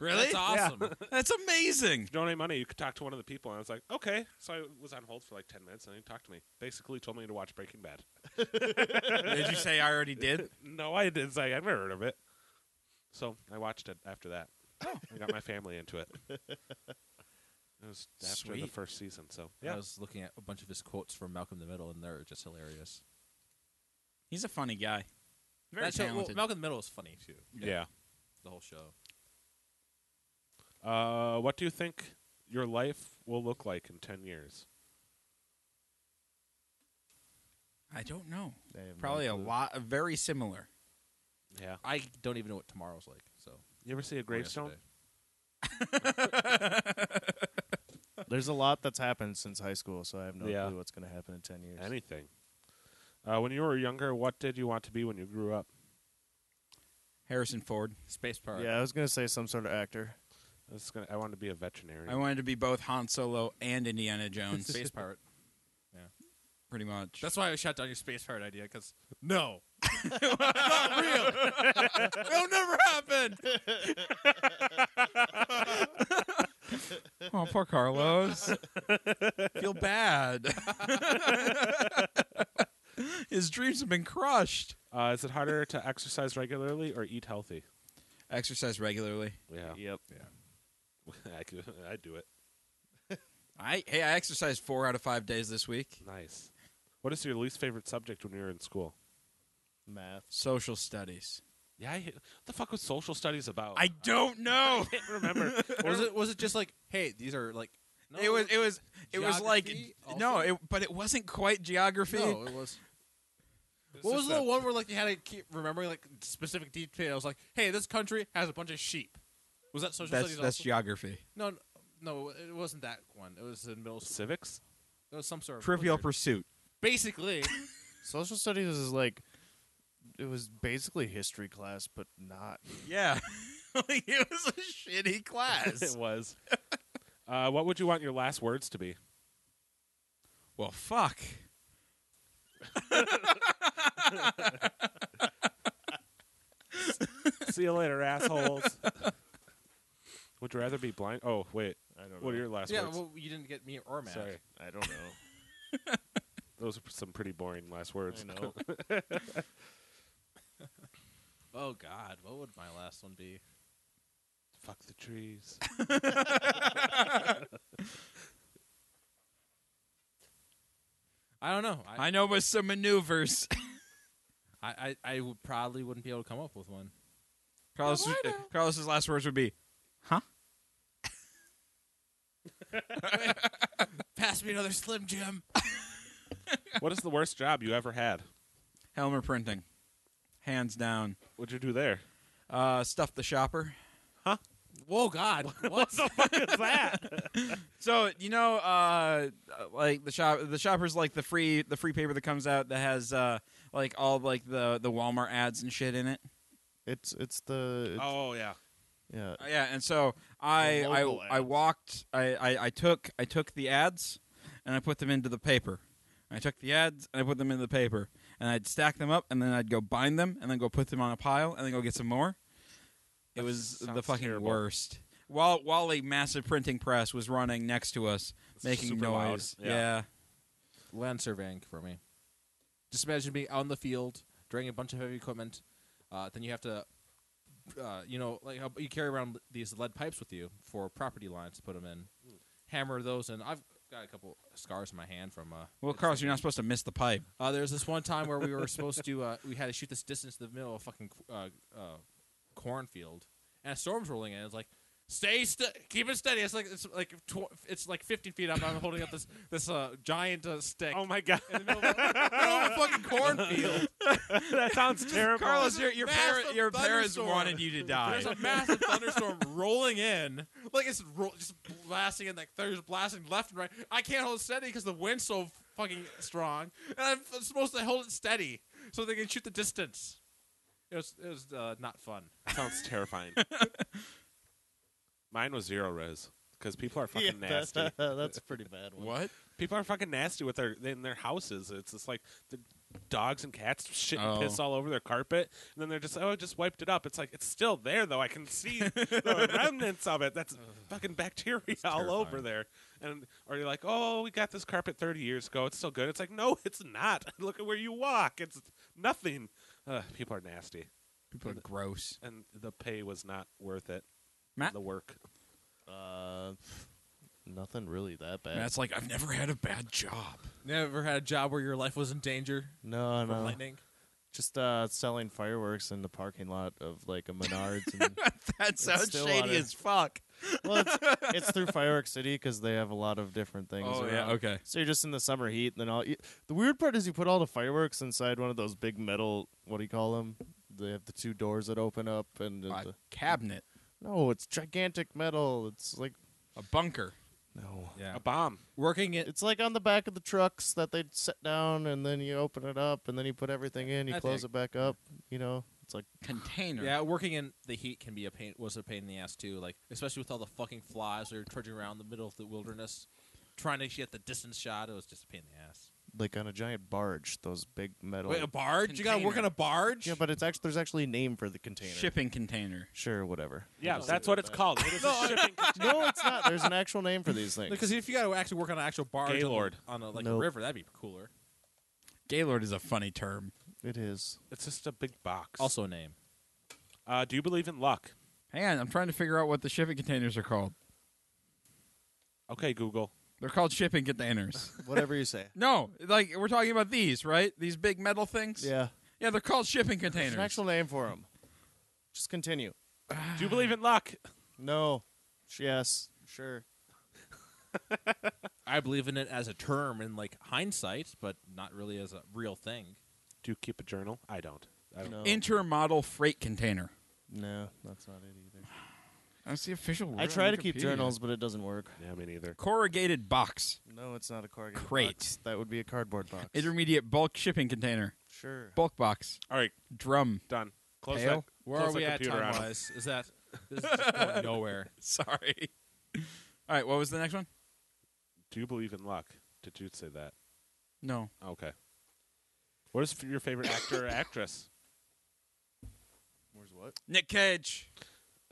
A: Really?
B: That's awesome.
A: That's amazing.
D: donate money, you could talk to one of the people. And I was like, okay. So I was on hold for like 10 minutes and he talked to me. Basically told me to watch Breaking Bad.
A: [laughs] did you say I already did?
D: No, I didn't say. I've never heard of it. Oh. So I watched it after that. I got my family into [laughs] it. It was after the
B: Sweet.
D: first season. So
B: I
D: yeah,
B: was looking at a bunch of his quotes from Malcolm in the Middle, and they're just hilarious.
A: He's a funny guy. Very
B: That show- well,
A: talented.
B: Malcolm in the Middle is funny too.
D: yeah.
B: The whole show.
D: Uh, what do you think your life will look like in 10 years?
A: I don't know.
C: I have no
A: Probably a
C: clue.
A: lot. Very similar.
D: Yeah.
B: I don't even know what tomorrow's like. So or
D: You ever see a gravestone?
B: yesterday.
C: There's a lot that's happened since high school, so I have no
D: Yeah.
C: clue what's going to happen in 10 years.
D: Anything. Uh, when you were younger, what did you want to be when you grew up?
A: Harrison Ford.
B: Space Park.
C: Yeah, I was going to say some sort of actor.
D: I, was gonna, I wanted to be a veterinarian.
A: I wanted to be both Han Solo and Indiana [laughs] Jones.
B: Space pirate.
A: pretty much.
B: That's why I shot down your space pirate idea. Because [laughs] no, [laughs]
A: It'll never happen. oh, poor Carlos. [laughs] Feel bad. [laughs] His dreams have been crushed.
D: uh, is it harder to exercise regularly or eat healthy?
A: Exercise regularly.
D: Yeah.
C: Yep.
D: [laughs] I, could, I do it.
A: I hey, I exercised four out of five days this week.
D: Nice. What is your least favorite subject when you were in school?
C: Math.
A: Social studies.
D: Yeah, I, what the fuck was social studies [laughs] about?
A: I don't know.
B: [laughs]
D: can't remember.
B: Or was it was it just like hey these are like no,
A: it was. It was. It was like
B: Geography
A: no.
B: also?
A: It, but it wasn't quite geography.
B: no it was. What was the one where like you had to keep remembering like specific details? Like, hey, this country has a bunch of sheep. Was that social
A: that's
B: studies?
A: that's
B: also?
A: geography.
B: no, no, no, it wasn't that one. It was in middle school.
D: civics?
B: It was some sort of
A: Trivial
B: weird-
A: Pursuit.
B: Basically, [laughs]
C: Social studies is like it was basically history class, but not.
A: Yeah. [laughs] like it was a shitty class.
D: it was. [laughs] uh, what would you want your last words to be?
A: well,
D: [laughs]
A: fuck.
D: See you later, assholes. Would you rather be blind? Oh wait,
C: I don't know.
D: what are your last
B: yeah,
D: words?
B: well, you didn't get me or Matt.
D: Sorry,
C: I don't [laughs] know.
D: those are some pretty boring last words. [laughs]
C: I know.
B: Oh God, what would my last one be?
D: Fuck the trees.
B: I don't know. I
A: I know with
B: [laughs]
A: some maneuvers.
B: I, I, I would probably wouldn't be able to come up with one.
A: Carlos,
B: uh,
A: Carlos's last words would be, "Huh?
B: Pass me another Slim Jim.
D: [laughs] what is the worst job you ever had?
A: Helmer printing, hands down.
D: What'd you do there?
A: Uh, stuff the shopper."
B: Whoa, God, what?
D: [laughs]
A: So you know, uh, like the shop, the shopper's like the free, the free paper that comes out that has uh, like all like the the Walmart ads and shit in it.
C: [laughs] It's it's the it's,
D: Oh yeah.
C: [laughs] yeah.
A: Uh, yeah, and so I
C: The
A: I,
C: local
A: I
C: ads.
A: walked, I, I I took I took the ads, and I put them into the paper. I took the ads and I put them into the paper, and I'd stack them up, and then I'd go bind them, and then go put them on a pile, and then go get some more. It was the
D: sounds
A: fucking
D: terrible.
A: worst. While while a massive printing press was running next to us, making
D: super loud.
A: noise.
D: Yeah.
A: yeah.
B: Land surveying for me. Just imagine being out in the field, dragging a bunch of heavy equipment. Uh, then you have to, uh, you know, like how you carry around these lead pipes with you for property lines to put them in. Hammer those, and I've got a couple scars in my hand from. Uh,
A: Well, Carlos, you're not supposed to miss the pipe.
B: Uh, there was this one time where we were supposed to uh, we had to shoot this distance to the middle of a fucking uh, uh, cornfield, and a storm's rolling in. It's like stay st- keep it steady. It's like it's like tw- it's like 50 feet up. I'm holding up this this uh, giant uh, stick
D: Oh my god. [laughs]
B: in the middle of a, middle of a fucking cornfield.
D: that sounds terrible.
A: Carlos, your your,
B: Massive
A: parent, your parents
B: thunderstorm.
A: wanted you to die.
B: There's a [laughs] massive thunderstorm rolling in, like it's ro- just blasting and like there's blasting left and right. I can't hold it steady because the wind's so fucking strong, and I'm f- supposed to hold it steady so they can shoot the distance. It was it was uh, not fun.
D: sounds terrifying. [laughs] Mine was zero res because people are fucking
C: Yeah, that-
D: nasty.
C: [laughs] that's a pretty bad one.
A: what?
D: People are fucking nasty with their in their houses. It's just like the dogs and cats shit and
A: Oh.
D: piss all over their carpet, and then they're just oh, I just wiped it up. It's like it's still there though. I can see the remnants of it. That's fucking bacteria all over there. And or you're like, oh, we got this carpet 30 years ago. It's still good. It's like no, it's not. [laughs] Look at where you walk. It's nothing. Ugh, people are nasty,
A: People are gross.
D: and the pay was not worth it.
A: Matt?
D: the work.
C: Uh, pff, nothing really that bad.
A: Matt's like, [laughs] I've never had a bad job.
B: Never had a job where your life was in danger
C: no, no.
B: lightning.
C: Just uh, selling fireworks in the parking lot of like a Menards. [laughs] And,
A: That sounds
C: still
A: shady
C: water.
A: as fuck.
C: well, it's, it's through Fireworks City because they have a lot of different things.
B: Oh,
C: around.
A: okay.
C: So you're just in the summer heat, and then all. You, the weird part is you put all the fireworks inside one of those big metal. What do you call them? They have the two doors that open up, and
A: A
C: the,
A: cabinet,
C: no, it's gigantic metal. It's like
A: a bunker.
C: no.
B: Yeah,
D: A bomb.
B: working it.
C: It's like on the back of the trucks that they'd set down, and then you open it up, and then you put everything in, you
B: I
C: close
B: think-
C: it back up. You know, it's like
A: Container.
B: Yeah, working in the heat can be a pain. Was a pain in the ass too. Like especially with all the fucking flies that are trudging around the middle of the wilderness, trying to get the distance shot. It was just a pain in the ass.
C: like on a giant barge, those big metal.
B: barge?
A: You gotta work on a
B: barge?
C: yeah, but it's actually there's actually a name for the container.
A: Shipping container.
C: Sure, whatever. [laughs]
D: Yeah, that's what it's called. It is a shipping
C: no, it's not. There's an actual name for these
B: [laughs]
C: things.
B: because if you gotta actually work on an actual barge, on-
D: Gaylord.
B: on, a, like a
C: Nope.
B: river, that'd be cooler.
A: Gaylord is a funny term.
C: it is.
D: It's just a big box.
B: Also, a name.
D: uh, do you believe in luck?
A: Hang on, I'm trying to figure out what the shipping containers are called.
D: Okay, Google.
A: They're called
C: [laughs]
A: shipping containers.
C: Whatever
B: [laughs]
C: you say.
A: no, like we're talking about these, right? These big metal things.
C: Yeah.
A: Yeah, they're called shipping
C: There's
A: containers.
C: an actual name for them. Just continue.
A: [sighs]
D: Do you believe in luck?
C: No. Sh- Yes. Sure.
B: I believe in it as a term in like hindsight, but not really as a real thing.
D: Do you keep a journal? I don't. I don't.
C: No.
A: Intermodal freight container.
C: no, that's not it either.
A: That's the official word.
C: I
A: on
C: try to keep
A: Wikipedia.
C: journals, but it doesn't work.
D: Yeah, me neither.
A: Corrugated box.
C: No, it's not a corrugated
A: Crate.
C: box. That would be a cardboard box.
A: Intermediate bulk shipping container.
C: sure.
A: Bulk box.
D: All right,
A: Drum. [laughs]
D: done. Close that.
A: Pale?
B: Where
D: close
B: are we
D: that
B: at
D: computer
B: time
D: on.
B: wise? [laughs] Is that this is just going nowhere? [laughs]
A: Sorry. All right, what was the next one?
D: Do you believe in luck? Did you say that?
A: No.
D: Okay. What is f- your favorite
A: [coughs]
D: actor or actress?
C: Where's what?
A: Nick Cage.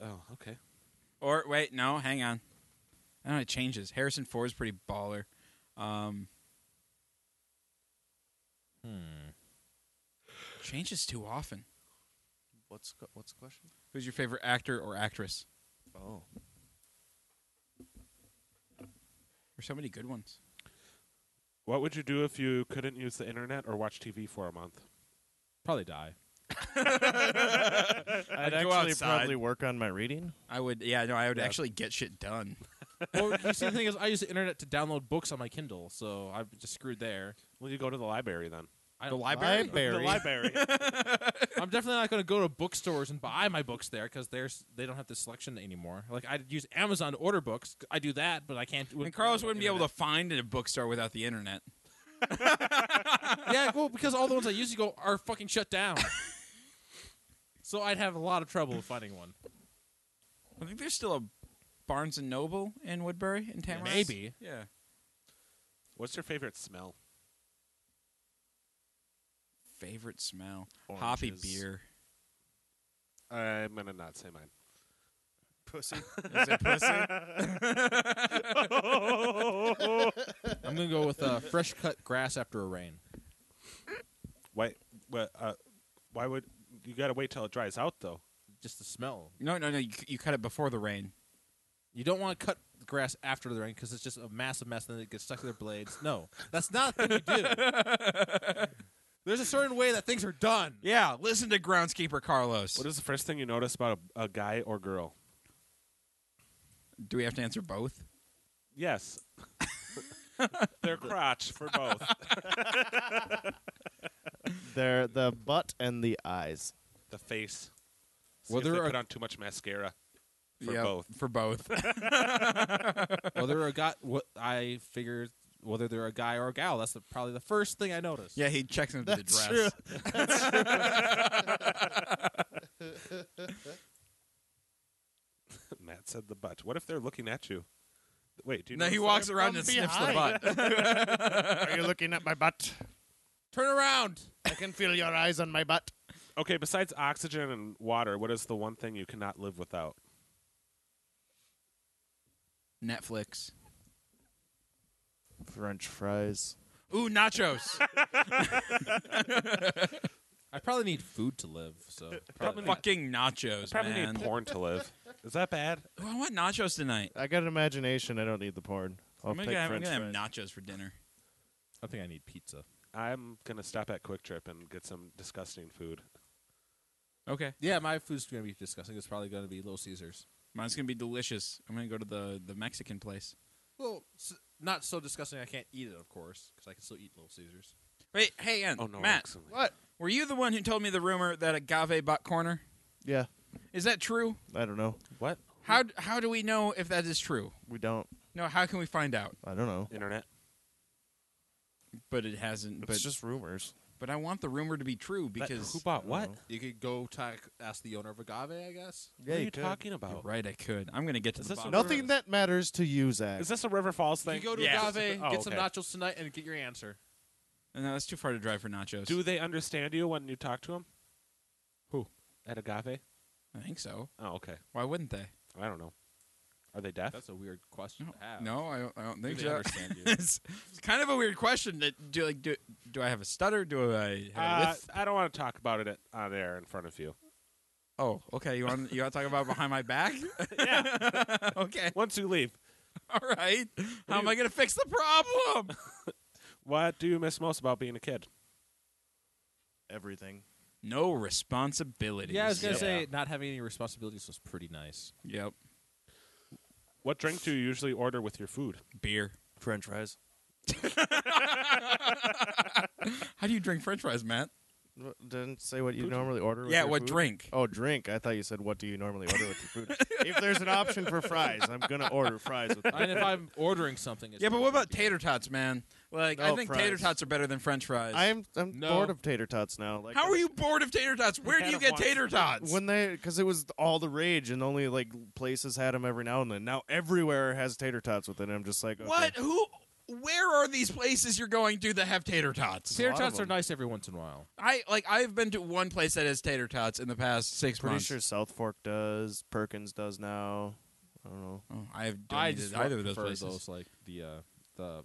D: Oh, okay.
A: Or wait, no, hang on. I don't know, it changes. Harrison Ford's pretty baller. Um, Hmm. Changes too often.
C: What's what's the question?
A: Who's your favorite actor or actress?
C: Oh,
A: There's so many good ones.
D: What would you do if you couldn't use the internet or watch TV for a month?
B: Probably die.
C: I'd,
A: go
C: actually
A: outside.
C: probably work on my reading.
A: I would, yeah, no, I would actually get shit done.
B: Well, you see, the thing is, I use the internet to download books on my Kindle, so I'm just screwed there.
D: Well, you go to the library then.
B: I
A: The
B: don't-
A: library?
D: The library.
B: I'm definitely not going to go to bookstores and buy my books there because there's they don't have the selection anymore. Like I use Amazon to order books. I do that, but I can't. do it
A: and
B: on
A: Carlos
B: the
A: wouldn't be able to find it at a bookstore without the internet.
B: internet. yeah, well, because all the ones I usually go are fucking shut down. [laughs] so I'd have a lot of trouble finding one.
A: I think there's still a Barnes and Noble in Woodbury in Tamarack.
B: Maybe.
A: Yeah.
D: What's your favorite smell?
A: Favorite smell? Hoppy
D: Oranges.
A: beer.
D: I'm gonna not say mine.
C: Pussy.
A: Is it pussy?
B: I'm gonna go with uh, fresh cut grass after a rain.
D: Why? Well, uh, why would you gotta wait till it dries out though?
B: Just the smell.
A: No, no, no. You, c- you cut it before the rain.
B: You don't want to cut the grass after the rain because it's just a massive mess. and Then it gets stuck to their blades. No, that's not what you do.
A: [laughs]
B: There's a certain way that things are done.
A: Yeah, listen to groundskeeper Carlos.
D: What is the first thing you notice about a, a guy or girl?
A: Do we have to answer both?
D: [laughs] Yes, their crotch for both.
C: They're the butt and the eyes.
D: [laughs] the face. See
B: Well,
D: if they
B: there are-
D: put on too much mascara. [laughs] For both.
A: For both.
B: whether a guy, what I figured, whether they're a guy or a gal, that's the, probably the first thing I noticed.
A: yeah, he checks into the dress.
D: Matt said the butt. What if they're looking at you? Wait, do you
A: No, he
D: notice
A: walks around and
C: from
A: sniffs
D: [laughs]
A: the butt.
C: Are you looking at my butt?
B: Turn around.
C: I can feel your eyes on my butt.
D: that? Okay, besides oxygen and water, what is the one thing you cannot live without?
A: Netflix.
C: French fries.
A: Ooh, nachos.
D: [laughs]
B: I probably need food to live, so
A: [laughs]
B: probably that.
A: Fucking nachos,
D: Probably
A: man.
D: need porn to live. [laughs] Is that bad?
A: Ooh, I want nachos tonight.
C: I got an imagination. I don't need the porn. I'll
A: I'm gonna,
C: take
A: have, I'm
C: French
A: gonna have
C: fries.
A: nachos for dinner.
B: I think I need pizza.
D: I'm gonna stop at Quick Trip and get some disgusting food.
A: Okay.
B: Yeah, my food's gonna be disgusting. It's probably gonna be Little Caesars.
A: Mine's gonna be delicious. I'm gonna go to the, the Mexican place.
B: Well, s- not so disgusting. I can't eat it, of course, because I can still eat Little Caesars.
A: Wait, hey, Ann.
D: Oh no,
A: Matt,
D: excellent.
C: What?
A: were you the one who told me the rumor that agave bought corner?
C: Yeah.
A: Is that true?
C: I don't know.
D: What?
A: How d- how do we know if that is true?
C: We don't.
A: No, how can we find out?
C: I don't know.
D: Internet.
A: But it hasn't. But
C: it's just rumors.
A: but I want the rumor to be true
D: That-
A: because
D: who bought what?
C: know.
B: You could go ta ask the owner of Agave, I guess.
D: what are you talking
B: Oh.
A: You're
D: about?
A: right, I could. I'm gonna get to
D: Is
A: the
D: this a
A: bottom.
C: Nothing that matters to you, Zach.
D: Is this a River Falls
B: You
D: thing?
B: could go to
A: Yeah.
B: Agave,
D: Oh,
B: get some
D: okay.
B: nachos tonight, and get your answer.
A: Uh, No, that's too far to drive for nachos.
D: Do they understand you when you talk to them?
A: Who?
D: At Agave?
A: I think so.
D: Oh, okay.
A: Why wouldn't they?
D: I don't know. Are they deaf?
B: That's a weird question to have.
A: No, I don't, I don't
B: Do
A: think
B: they
A: so.
B: understand you?
A: it's [laughs] it's kind of a weird question. That do like do do I have a stutter? Do I have a
D: Uh,
A: lisp?
D: I don't want to talk about it at, on air in front of [laughs] you.
A: Oh, okay. You want you want to talk about behind
B: [laughs]
A: my back? yeah. okay.
D: [laughs] Once you leave,
A: All right. How am I gonna fix the problem?
D: what do you miss most about being a kid?
C: everything?
A: No responsibilities.
B: Yeah, I was gonna
A: yep.
B: say not having any responsibilities was pretty nice.
A: Yep.
D: What drink do you usually order with your food?
A: Beer.
C: French fries.
A: [laughs] How do you drink French fries, Matt?
C: Didn't say what you normally order. With
A: yeah.
C: your
A: What
C: food?
A: drink?
C: Oh, drink. I thought you said what do you normally order with your
A: [laughs]
C: food? if there's an option for fries, I'm gonna order fries with.
B: and if [laughs] I'm ordering something, it's
A: yeah, but what
B: probably
A: about tater tots, man? Like, I
C: No,
A: think
C: fries.
A: tater tots are better than French fries.
C: I'm I'm
B: No.
C: bored of tater tots now. Like
A: How are you bored of tater tots? Where do
D: had
A: you
D: 'em
A: get
D: once.
A: tater tots?
C: When they, because it was all the rage, and only like places had them every now and then. Now everywhere has tater tots with it. I'm just like, okay.
A: What? Who? Where are these places you're going to that have tater tots?
B: Tater
C: lot of
B: tots are
C: them.
B: nice every once in a while.
A: I like. I've been to one place that has tater tots in the past six
C: Pretty
A: months.
C: sure South Fork does. Perkins does now. I don't know.
A: Oh, I have
B: I
A: I
B: just
A: either of those
B: prefer
A: places.
B: those like the uh, the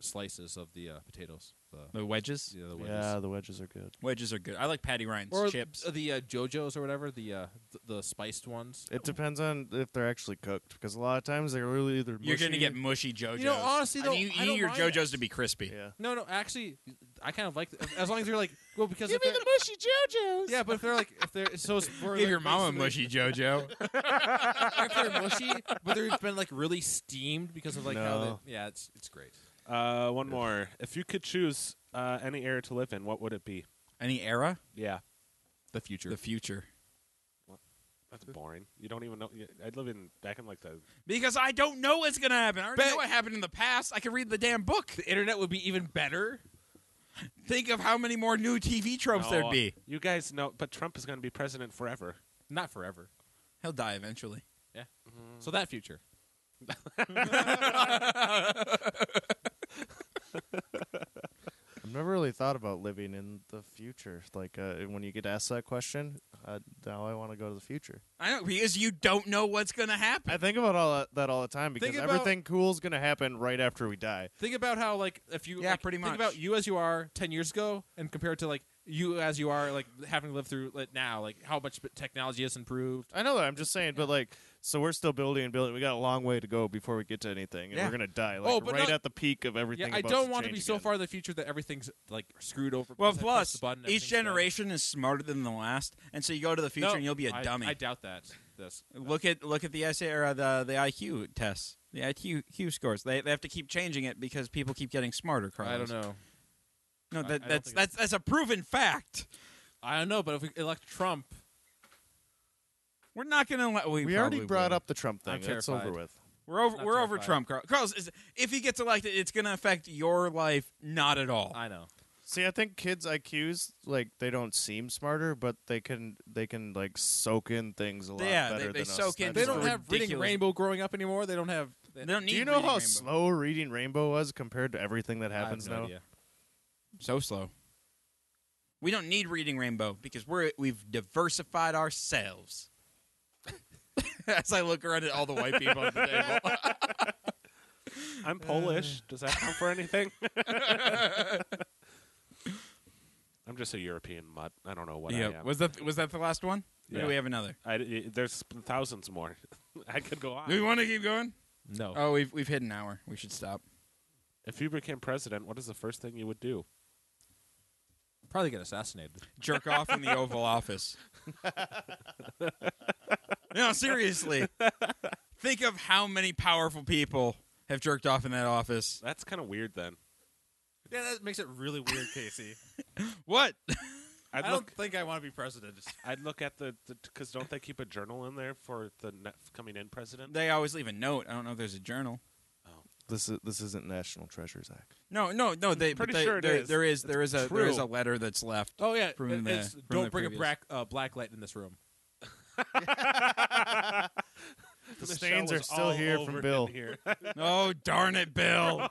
B: slices of the uh, potatoes. The,
A: The wedges,
B: the other wedges.
C: Yeah, the wedges are good.
A: wedges are good. I like Patty Ryan's
B: Or
A: chips.
B: the uh, JoJo's or whatever the uh, th- the spiced ones.
C: It depends on if they're actually cooked because a lot of times they're really either
A: You're gonna
C: mushy-
A: get mushy JoJo's.
B: honestly,
A: I
B: though,
A: mean, you
B: I
A: need
B: don't
A: your
B: mind
A: JoJo's
B: it.
A: to be crispy.
C: yeah.
B: No, no, actually, I kind of like as long as they're like well because if they're-
A: mushy JoJo's.
B: yeah, but if they're like if they're so it's- we're,
A: Give
B: like,
A: your mama
B: basically- [laughs]
A: mushy JoJo.
B: if they're mushy, but they've been like really steamed because of like how
C: No.
B: they, yeah, it's it's great.
D: Uh, one more. If you could choose uh, any era to live in, what would it be?
A: Any era?
D: Yeah,
B: The future.
A: The future.
D: that's boring. You don't even know. y- I'd live in back in like the.
A: Because I don't know what's gonna happen. I already
B: Bet-
A: know what happened in the past. I can read the damn book.
B: the internet would be even better.
A: [laughs] Think of how many more new TV tropes
D: No,
A: there'd be.
D: You guys know, but Trump is going to be president forever.
B: Not forever.
A: He'll die eventually. Mm.
B: So that future.
C: I've never really thought about living in the future. Like uh, when you get asked that question, uh, now I want to go to the future.
A: I know because you don't know what's gonna happen.
C: I think about all that, that all the time because
B: Think about-
C: everything cool is gonna happen right after we die.
B: Think about how like if you
A: Yeah,
B: like,
A: pretty
B: think
A: much.
B: about you as you are ten years ago and compared to like you as you are like having lived through like, now like how much technology has improved.
C: I know that. I'm just saying, but like, so we're still building and building. We got a long way to go before we get to anything, and
A: Yeah.
C: we're gonna die. Like,
B: Oh, but
C: right
B: not-
C: at the peak of everything.
B: Yeah, I
C: about
B: don't want to
C: change
B: be so
C: again.
B: far in the future that everything's like screwed over.
A: well,
B: because I pressed
A: plus
B: the button,
A: each
B: everything's done.
A: generation is smarter than the last, and so you go to the future
B: No,
A: and you'll be a
B: I-
A: dummy.
B: I doubt that. This
A: look at look at the essay or uh, the the IQ tests, the IQ Q scores. They they have to keep changing it because people keep getting smarter. Carlos.
B: I don't know.
A: No,
B: I
A: that,
B: don't
A: that's
B: think
A: that's that's a proven fact.
B: I don't know, but if we elect Trump,
A: We're not gonna let. We,
C: We already
A: probably
C: brought
A: will.
C: up the Trump thing.
B: I'm
C: That's over
B: terrified.
C: with.
A: We're over.
B: Not
A: We're over
B: terrified.
A: Trump, Carl. Carlos, is, if he gets elected, it's gonna affect your life not at all.
B: I know.
C: See, I think kids' IQs like they don't seem smarter, but they can they can like soak in things a lot
A: Yeah, they-
C: better
A: they
C: than us.
A: soak in
C: That's
B: They
A: It's
B: don't
C: all.
B: have reading
A: ridiculous.
B: Rainbow growing up anymore. They don't have.
A: they don't need.
C: Do you know
A: Reading
C: how
A: Rainbow.
C: slow Reading Rainbow was compared to everything that
B: I have
C: happens
B: no
C: now?
B: idea.
A: So slow. We don't need reading Rainbow because we're we've diversified ourselves. [laughs] As I look around at all the white people at the table,
D: I'm Polish. Does that count for [laughs] anything? I'm just a European mutt. I don't know [laughs] what I am.
A: Was that was that the last one? Or
D: Yeah.
A: do we have another?
D: I, y- there's thousands more. [laughs] I could go on.
A: Do we want to keep going?
B: No.
A: Oh, we've we've hit an hour. We should stop.
D: If you became president, what is the first thing you would do?
B: Probably get assassinated.
A: jerk off in the Oval Office. no, seriously. Think of how many powerful people have jerked off in that office.
D: That's kind of weird. Then
B: Yeah, that makes it really weird, Casey.
A: What?
D: I'd
B: I
D: look.
B: don't think I want to be president.
D: I'd look at the because don't they keep a journal in there for the ne- coming in president?
A: They always leave a note. I don't know if there's a journal.
C: This is this isn't National Treasures Act.
A: No, no, no. They, but
D: Pretty
A: they-
D: sure it
A: there,
D: is.
A: there is there is a there is
D: true.
A: a letter that's left.
B: Oh yeah,
A: From
B: it-
A: the-
B: it's,
A: from
B: don't
A: the
B: bring
A: previous.
B: a black uh, black light in this room.
C: The
D: Michelle
C: stains are
D: was
C: still
D: all
C: here
D: over
C: from
D: in
C: Bill.
D: Here.
A: Oh darn
B: [laughs]
A: it, Bill!
D: [laughs]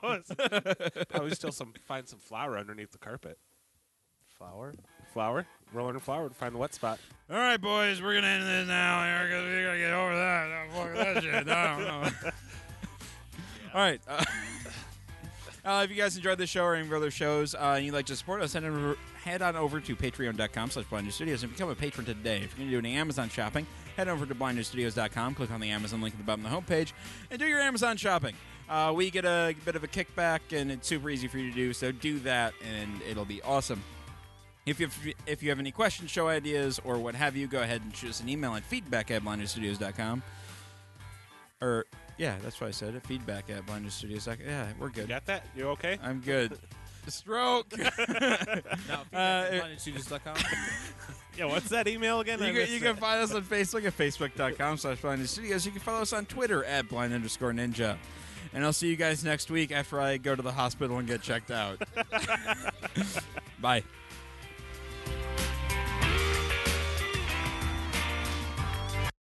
D: Probably still some find some flour underneath the carpet.
C: Flower.
D: Flour, roll in flour, and find the wet spot.
A: All right, boys, we're gonna end this now. We're gonna, we gotta get over that. Oh, fuck that shit. I don't
B: [laughs]
A: know. All right. Uh, uh, if you guys enjoyed this show or any of our other shows, uh, and you'd like to support us, head on over, head on over to patreon.com slash blind News studios and become a patron today. If you're going to do any Amazon shopping, head over to blindnewstudios.com, click on the Amazon link at the bottom of the homepage, and do your Amazon shopping. Uh, we get a bit of a kickback, and it's super easy for you to do, so do that, and it'll be awesome. If you, if you have any questions, show ideas, or what have you, go ahead and shoot us an email at feedback at blindnewstudios.com. Or, yeah, that's what I said. At feedback at blindnewstudios.com. Yeah, we're
D: You
A: good.
D: got that? You okay?
A: I'm good. Stroke. you,
B: Now,
A: Uh, it-
B: blindstudios.com. [laughs]
D: Yeah. What's that email again? I
A: can,
D: missed
A: you
D: it.
A: can find us on Facebook at facebook.com slash blind Ninja studios. You can follow us on Twitter at blind underscore ninja. And I'll see you guys next week after I go to the hospital and get checked out. Bye.